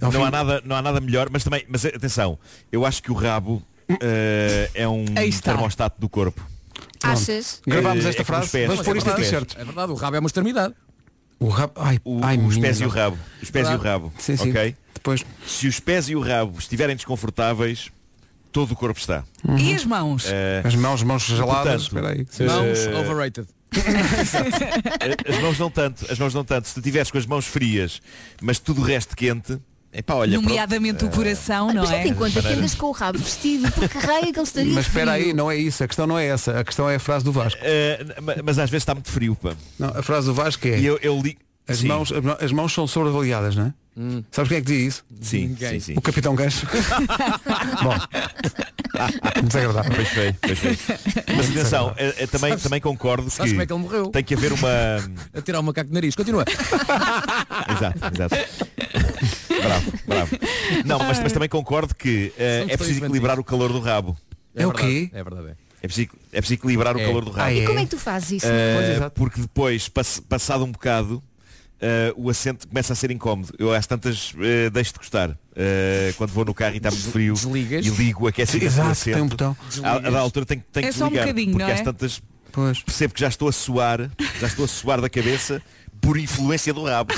Speaker 10: Não há nada, não há nada melhor, mas também, mas eh, atenção, eu acho que o rabo eh, é um
Speaker 7: Aí está.
Speaker 10: termostato do corpo.
Speaker 5: Achas?
Speaker 10: Gravámos esta É frase. os pés. Vamos pôr isto
Speaker 7: é
Speaker 10: na
Speaker 7: verdade.
Speaker 10: t-shirt.
Speaker 7: É verdade, o rabo é uma extremidade.
Speaker 1: O rabo. Ai, ai,
Speaker 10: os
Speaker 1: menino,
Speaker 10: pés e o
Speaker 1: não.
Speaker 10: rabo. Os pés e o rabo.
Speaker 1: Sim, sim.
Speaker 10: ok?
Speaker 1: Depois...
Speaker 10: Se os pés e o rabo estiverem desconfortáveis, todo o corpo está.
Speaker 1: Uhum.
Speaker 4: E as mãos?
Speaker 1: É,
Speaker 10: Eh,
Speaker 1: As mãos, mãos geladas.
Speaker 10: portanto,
Speaker 1: Espera aí.
Speaker 10: eh,
Speaker 7: Mãos overrated.
Speaker 10: As mãos não tanto, as mãos não tanto. Se tu tiveres com as mãos frias, mas tudo o resto quente, epá, olha, pronto.
Speaker 4: Nomeadamente o
Speaker 10: Eh,
Speaker 4: coração, não
Speaker 5: Ah, Mas
Speaker 4: é?
Speaker 5: tendo em conta que andas com o rabo vestido, porque raio é que ele estaria
Speaker 1: Mas espera aí,
Speaker 5: frio.
Speaker 1: não é isso. A questão não é essa. A questão é a frase do Vasco.
Speaker 10: eh, ma- mas às vezes está muito frio, pá.
Speaker 1: Não, a frase do Vasco é.
Speaker 10: E eu, eu li.
Speaker 1: As
Speaker 10: Sim. Hum.
Speaker 1: mãos, as mãos são sobreavaliadas, não é? Sabes quem é que diz isso?
Speaker 10: Sim, Ninguém. sim, sim.
Speaker 1: O Capitão
Speaker 10: (laughs)
Speaker 1: Gancho. (laughs) Bom, desagradável.
Speaker 10: Pois foi, pois foi. Mas atenção, eh, eh, também,
Speaker 7: Sabes-
Speaker 10: também concordo que,
Speaker 7: Sabes como é que ele morreu?
Speaker 10: tem que haver uma.
Speaker 7: A tirar o macaco de nariz. Continua.
Speaker 10: Exato, exato. bravo, bravo. Não, mas, mas também concordo que eh,
Speaker 7: São
Speaker 10: é preciso
Speaker 7: dois
Speaker 10: equilibrar o calor do rabo.
Speaker 7: É É o verdade, quê?
Speaker 10: É verdade. É preciso, é preciso equilibrar o calor do rabo.
Speaker 5: E como é que tu fazes isso?
Speaker 10: Eh,
Speaker 5: Pois, exato.
Speaker 10: porque depois, pass- passado um bocado, eh, o assento começa a ser incómodo. Eu às tantas eh, deixo de gostar. Eh, quando vou no carro e está muito frio
Speaker 7: Desligas.
Speaker 10: e ligo aquece
Speaker 1: Exato,
Speaker 10: o assento.
Speaker 1: tem um botão.
Speaker 10: A,
Speaker 1: Desligas.
Speaker 10: altura tenho, tenho
Speaker 4: É
Speaker 10: que
Speaker 4: só um
Speaker 10: ligar,
Speaker 4: bocadinho,
Speaker 10: porque
Speaker 4: não
Speaker 10: às
Speaker 4: é?
Speaker 10: tantas percebo que já estou a suar, já estou a suar da cabeça por influência do rabo.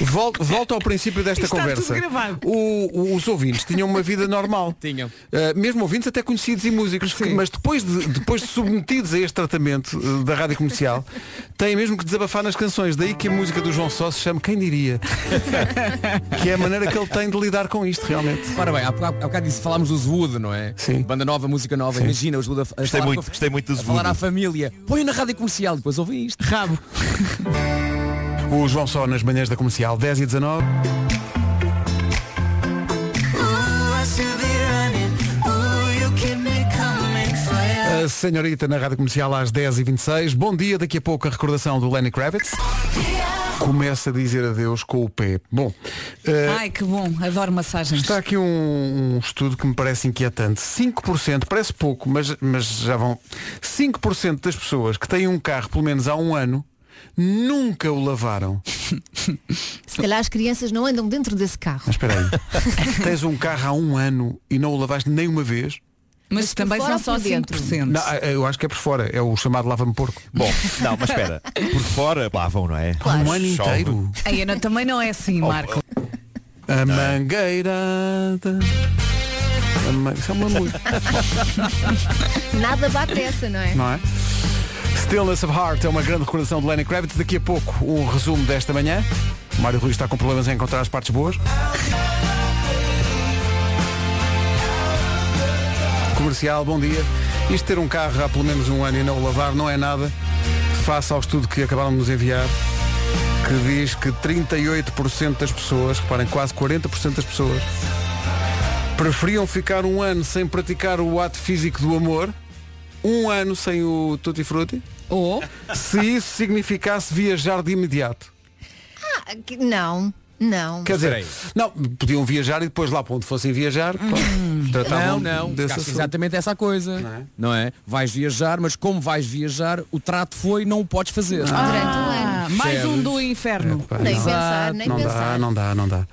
Speaker 1: Volto, volto ao princípio desta
Speaker 10: Está
Speaker 1: conversa.
Speaker 10: tudo gravado.
Speaker 1: O- o- os ouvintes tinham uma vida
Speaker 10: (laughs)
Speaker 1: normal.
Speaker 7: Tinham.
Speaker 1: Eh, mesmo ouvintes até conhecidos e músicos, que- mas depois de, depois de submetidos a este tratamento eh, da rádio comercial, têm mesmo que desabafar nas canções. Daí que a música do João Só se chama Quem
Speaker 10: (laughs)
Speaker 1: Diria. que é a maneira que ele tem de lidar com isto, realmente.
Speaker 7: Ora bem, há bocado, há bocado disse, falámos dos Wood, não é? Sim. Banda nova, música nova, imagina os Wood a, a
Speaker 10: Gostei
Speaker 7: falar
Speaker 10: muito,
Speaker 7: com a-
Speaker 10: gostei muito dos
Speaker 7: a falar
Speaker 10: Wood.
Speaker 7: à família. Põe na rádio comercial, depois ouvi isto.
Speaker 4: Rabo.
Speaker 1: O João Só nas manhãs da comercial 10 e 19. A senhorita na rádio comercial às 10h26. Bom dia, daqui a pouco a recordação do Lenny Kravitz. Começa a dizer adeus com o pé. Bom, eh,
Speaker 4: Ai, que bom, adoro massagens.
Speaker 1: está aqui um, um estudo que me parece inquietante. 5%, parece pouco, mas, mas já vão. 5% das pessoas que têm um carro pelo menos há um ano nunca o lavaram.
Speaker 5: Se calhar as crianças não andam dentro desse carro.
Speaker 1: Mas espera aí. (laughs) Tens um carro há um ano e não o lavaste nem uma vez?
Speaker 4: Mas também
Speaker 5: fora
Speaker 4: são
Speaker 5: ou
Speaker 4: só
Speaker 5: por dentro?
Speaker 4: 5%.
Speaker 1: Não, eu acho que é por fora. É o chamado lava-me porco.
Speaker 10: Bom, não, mas espera, por fora lavam, não é?
Speaker 1: Um ano
Speaker 10: Chove.
Speaker 1: inteiro.
Speaker 4: Ai, Ana, também não
Speaker 1: (laughs)
Speaker 4: é assim,
Speaker 1: Oh,
Speaker 4: Marco.
Speaker 1: A mangueira. da- A man- Isso é uma música,
Speaker 5: Nada bate essa, não é?
Speaker 1: não é? Stillness of Heart é uma grande recordação de Lenny Kravitz. Daqui a pouco, um resumo desta manhã. O Mário Rui está com problemas em encontrar as partes boas. Comercial, bom dia. Isto ter um carro há pelo menos um ano e não o lavar não é nada. Face ao estudo que acabaram de nos enviar, que diz que 38% das pessoas, reparem, quase 40% das pessoas, preferiam ficar um ano sem praticar o ato físico do amor, um ano sem o tutti frutti,
Speaker 4: ou
Speaker 1: se isso significasse viajar de imediato.
Speaker 5: Ah, que- não. Não.
Speaker 1: Quer dizer, não, podiam viajar e depois lá para onde fossem viajar, pá,
Speaker 7: Não,
Speaker 1: tratavam
Speaker 7: não,
Speaker 1: desse
Speaker 7: ficaste
Speaker 1: assunto.
Speaker 7: exatamente essa a coisa. Não é? Vais viajar, mas como vais viajar, o trato foi, não o podes fazer.
Speaker 5: Durante um ano.
Speaker 4: Ah, mais um
Speaker 7: Percebes?
Speaker 4: do inferno.
Speaker 1: Pá,
Speaker 5: Nem
Speaker 1: não.
Speaker 7: Ah,
Speaker 5: pensar, nem
Speaker 1: não
Speaker 5: pensar.
Speaker 1: dá, não dá, não dá.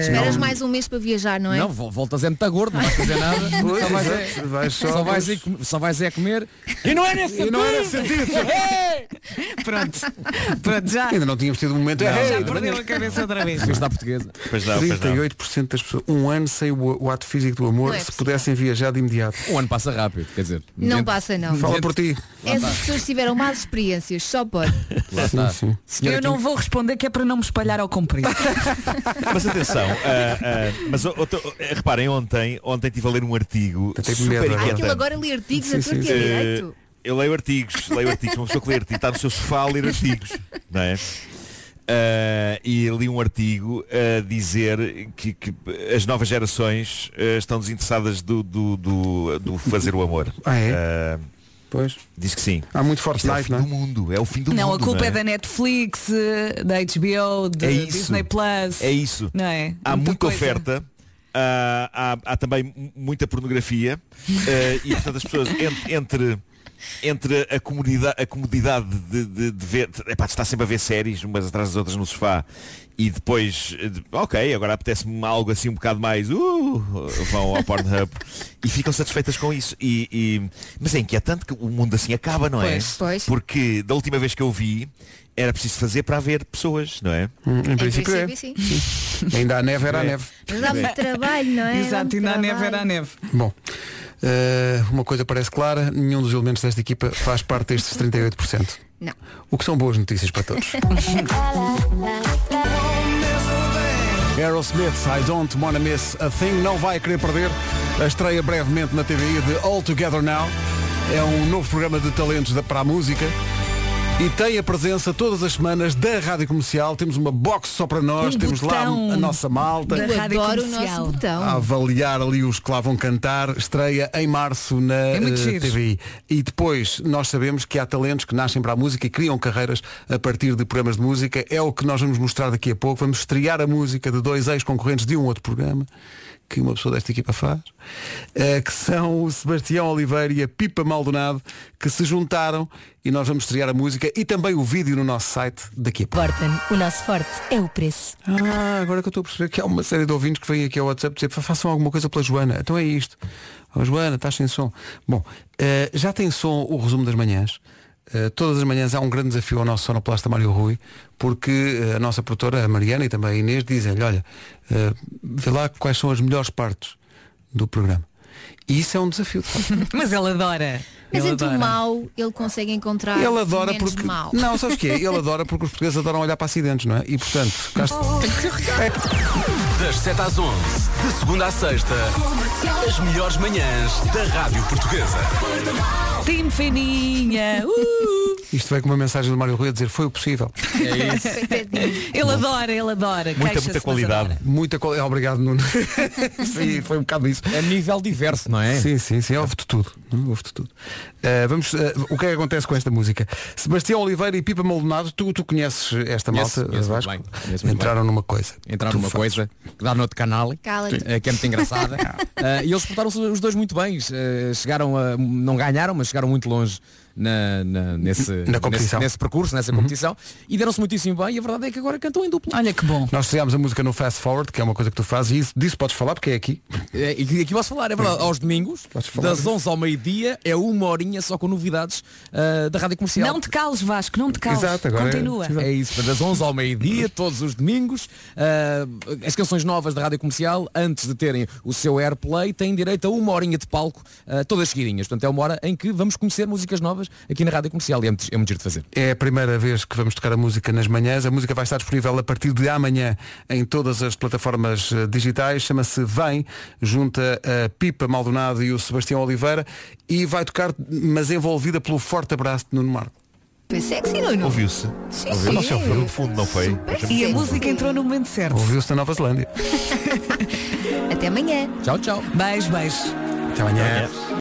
Speaker 5: Esperas
Speaker 1: Não-
Speaker 5: mais um mês para viajar, não é?
Speaker 7: Não, vol- voltas é muito gordo, não vais fazer nada.
Speaker 5: (laughs)
Speaker 1: Pois,
Speaker 7: só, vais
Speaker 1: exato,
Speaker 7: é,
Speaker 1: vais só-
Speaker 7: só vais é com- só vais é comer. E não é nesse
Speaker 1: E não é nesse
Speaker 7: sentido.
Speaker 1: sentido.
Speaker 7: (laughs)
Speaker 4: Pronto.
Speaker 7: Tá,
Speaker 4: Pronto, já.
Speaker 1: Ainda não tínhamos tido um momento. Ei,
Speaker 4: já
Speaker 1: de
Speaker 4: perdeu
Speaker 1: manhã.
Speaker 4: a cabeça outra vez.
Speaker 7: Fez da portuguesa.
Speaker 10: Pois não, pois não.
Speaker 1: 38% das pessoas, um ano sem o, o ato físico do amor,
Speaker 5: Não é
Speaker 1: se
Speaker 5: possível.
Speaker 1: pudessem viajar de imediato.
Speaker 7: Um ano passa rápido, quer dizer.
Speaker 5: Não passa, não.
Speaker 1: Fala por ti.
Speaker 5: Essas pessoas tiveram más experiências, só pode.
Speaker 10: Lá está. Senhora
Speaker 4: Eu não
Speaker 10: Kim-
Speaker 4: vou responder que é para não me espalhar ao comprido.
Speaker 10: Mas atenção, ah, ah, mas o- outro- eh, reparem, ontem, ontem estive a ler um artigo
Speaker 1: tenho
Speaker 10: super
Speaker 1: medo agora.
Speaker 10: inquietante.
Speaker 5: Aquilo agora lê artigos a
Speaker 10: Sim,
Speaker 5: torto e
Speaker 10: sim, sim.
Speaker 5: a direito.
Speaker 10: Eh, Eu leio artigos, leio artigos, uma pessoa que lê artigos, está no seu sofá a ler artigos, não é? Ah, e li um artigo a dizer que, que as novas gerações ah, estão desinteressadas do, do, do- do fazer o amor.
Speaker 1: Ah, é?
Speaker 10: Ah,
Speaker 1: Pois.
Speaker 10: Diz que sim.
Speaker 1: Há muito
Speaker 10: Isto é
Speaker 1: Fortnite,
Speaker 10: o fim
Speaker 1: não é?
Speaker 10: do mundo, é o fim do
Speaker 4: não,
Speaker 10: mundo.
Speaker 4: a culpa
Speaker 10: não
Speaker 4: é? da Netflix, eh, da HBO, da
Speaker 10: É isso.
Speaker 4: Disney Plus.
Speaker 10: É isso.
Speaker 4: Não é?
Speaker 10: Há muita,
Speaker 4: coisa.
Speaker 10: oferta. ah, há, há também mu- muita pornografia eh, e portanto as pessoas ent- entre, entre a comodidade, a comodidade de, de, de ver de, epá, de estar sempre a ver séries umas atrás das outras no sofá e depois eh, de- ok, agora apetece-me algo assim um bocado mais uh, vão ao Pornhub e ficam satisfeitas com isso e, e- mas é inquietante que o mundo assim acaba, não é?
Speaker 5: Pois, pois.
Speaker 10: Porque da última vez que eu vi era preciso fazer para haver pessoas, não é?
Speaker 1: Hum, em,
Speaker 5: Em
Speaker 1: princípio,
Speaker 5: princípio, sim.
Speaker 1: é. Ainda a neve era a
Speaker 10: É.
Speaker 1: neve.
Speaker 5: Mas dá muito trabalho, não é? Dá
Speaker 4: Exato,
Speaker 5: muito
Speaker 4: e na neve
Speaker 5: trabalho.
Speaker 4: era a neve.
Speaker 1: Bom, eh, uma coisa parece clara, nenhum dos elementos desta equipa faz parte destes 38%.
Speaker 5: Não.
Speaker 1: O que são boas notícias para todos. (laughs) Aerosmith, I Don't Wanna Miss a Thing, não vai querer perder a estreia brevemente na TVI de All Together Now. É um novo programa de talentos da, para a música e tem a presença todas as semanas da Rádio Comercial. Temos uma box só para nós,
Speaker 4: Um
Speaker 1: temos
Speaker 4: botão.
Speaker 1: lá a nossa malta
Speaker 4: Da
Speaker 5: Eu
Speaker 4: rádio
Speaker 5: adoro o
Speaker 4: comercial.
Speaker 5: nosso botão.
Speaker 1: a avaliar ali os que lá vão cantar, estreia em março na
Speaker 4: É muito
Speaker 1: eh,
Speaker 4: giro.
Speaker 1: TVI. E depois nós sabemos que há talentos que nascem para a música e criam carreiras a partir de programas de música. É o que nós vamos mostrar daqui a pouco. Vamos estrear a música de dois ex-concorrentes de um outro programa que uma pessoa desta equipa faz, eh, que são o Sebastião Oliveira e a Pipa Maldonado, que se juntaram e nós vamos estrear a música e também o vídeo no nosso site daqui a pouco.
Speaker 9: Borten, o nosso forte é o preço.
Speaker 1: Ah, agora que eu estou a perceber que há uma série de ouvintes que vêm aqui ao WhatsApp dizer "Fa- façam alguma coisa pela Joana. Então é isto. Oh, Joana, estás sem som. Bom, eh, já tem som o resumo das manhãs. Eh, todas as manhãs há um grande desafio ao nosso sonoplasta Mário Rui, porque eh, a nossa produtora, a Mariana e também a Inês, dizem-lhe, olha, eh, vê lá quais são as melhores partes do programa. E isso é um desafio. de facto.
Speaker 4: Mas ele adora.
Speaker 5: Mas
Speaker 4: ele
Speaker 5: entre
Speaker 4: adora.
Speaker 5: o mau, ele consegue encontrar
Speaker 1: Ele adora
Speaker 5: menos
Speaker 1: porque.
Speaker 5: mau.
Speaker 1: Não, sabes o quê? Ele adora porque os portugueses adoram olhar para acidentes, não é? E portanto, cá está.
Speaker 15: Das 7 às 11, de segunda à sexta, as melhores manhãs da Rádio Portuguesa.
Speaker 4: Tim Fininha. uh!
Speaker 1: Isto vem com uma mensagem do Mário Rui a dizer foi o possível.
Speaker 7: É isso.
Speaker 5: Coitadinho.
Speaker 4: ele adora, ele adora.
Speaker 10: Muita,
Speaker 4: Queixa-se,
Speaker 10: muita
Speaker 4: mas
Speaker 10: qualidade.
Speaker 4: adora.
Speaker 1: Muita qualidade. Obrigado,
Speaker 7: (laughs)
Speaker 1: Nuno. Sim, foi um bocado isso.
Speaker 7: É nível diverso, não é?
Speaker 1: Sim, sim, sim, houve de tudo. não é? Houve de tudo. Uh, vamos, uh, o que é que acontece com esta música? Sebastião Oliveira e Pipa Maldonado, tu, tu conheces esta
Speaker 7: Conheço,
Speaker 1: malta,
Speaker 7: conheço muito
Speaker 1: Vasco?
Speaker 7: bem, conheço muito
Speaker 1: Entraram numa coisa.
Speaker 7: entrar
Speaker 1: Tu
Speaker 7: numa
Speaker 1: fazes.
Speaker 7: coisa que dá no outro canal
Speaker 5: Cala-te.
Speaker 7: eh, que é muito
Speaker 4: (laughs)
Speaker 7: engraçada Eh, e eles portaram-se os dois muito bem eh, chegaram a, não ganharam mas chegaram muito longe na, na- nesse,
Speaker 1: Na competição. Uhum.
Speaker 7: nesse, nesse percurso nessa competição e deram-se muitíssimo bem e a verdade é que agora cantam em duplo
Speaker 4: Olha que bom.
Speaker 1: Nós fizemos a música no Fast Forward, que é uma coisa que tu fazes, e isso, disso podes falar porque é aqui.
Speaker 7: É, e aqui posso falar, é verdade, aos domingos,
Speaker 1: Podes falar.
Speaker 7: das 11 ao meio-dia, é uma horinha só com novidades ah, da Rádio Comercial.
Speaker 4: Não te cales, Vasco, não te cales.
Speaker 1: Exato, agora é-
Speaker 4: Continua.
Speaker 1: Exato.
Speaker 7: É isso, das 11 ao meio-dia, todos os domingos, ah, as canções novas da Rádio Comercial, antes de terem o seu airplay, têm direito a uma horinha de palco, ah, todas seguidinhas. Portanto, é uma hora em que vamos conhecer músicas novas aqui na Rádio Comercial e é muito, é muito giro de fazer.
Speaker 1: É a primeira vez que vamos tocar a música nas manhãs. A música vai estar disponível a partir de amanhã em todas as plataformas eh, digitais. Chama-se Vem, junta a Pipa Maldonado e o Sebastião Oliveira e vai tocar, mas envolvida pelo forte abraço de Nuno Marco.
Speaker 5: Foi sexy, é Nuno.
Speaker 10: Ouviu-se?
Speaker 5: Sim,
Speaker 10: Ouviu?
Speaker 5: sim.
Speaker 10: Não se ouviu no fundo, não foi?
Speaker 5: Super
Speaker 10: Mas-
Speaker 4: E a
Speaker 5: sexy.
Speaker 4: música entrou no momento certo.
Speaker 1: Ouviu-se na Nova Zelândia.
Speaker 5: Até amanhã.
Speaker 7: Tchau, tchau.
Speaker 4: Beijo, beijo.
Speaker 1: Até amanhã.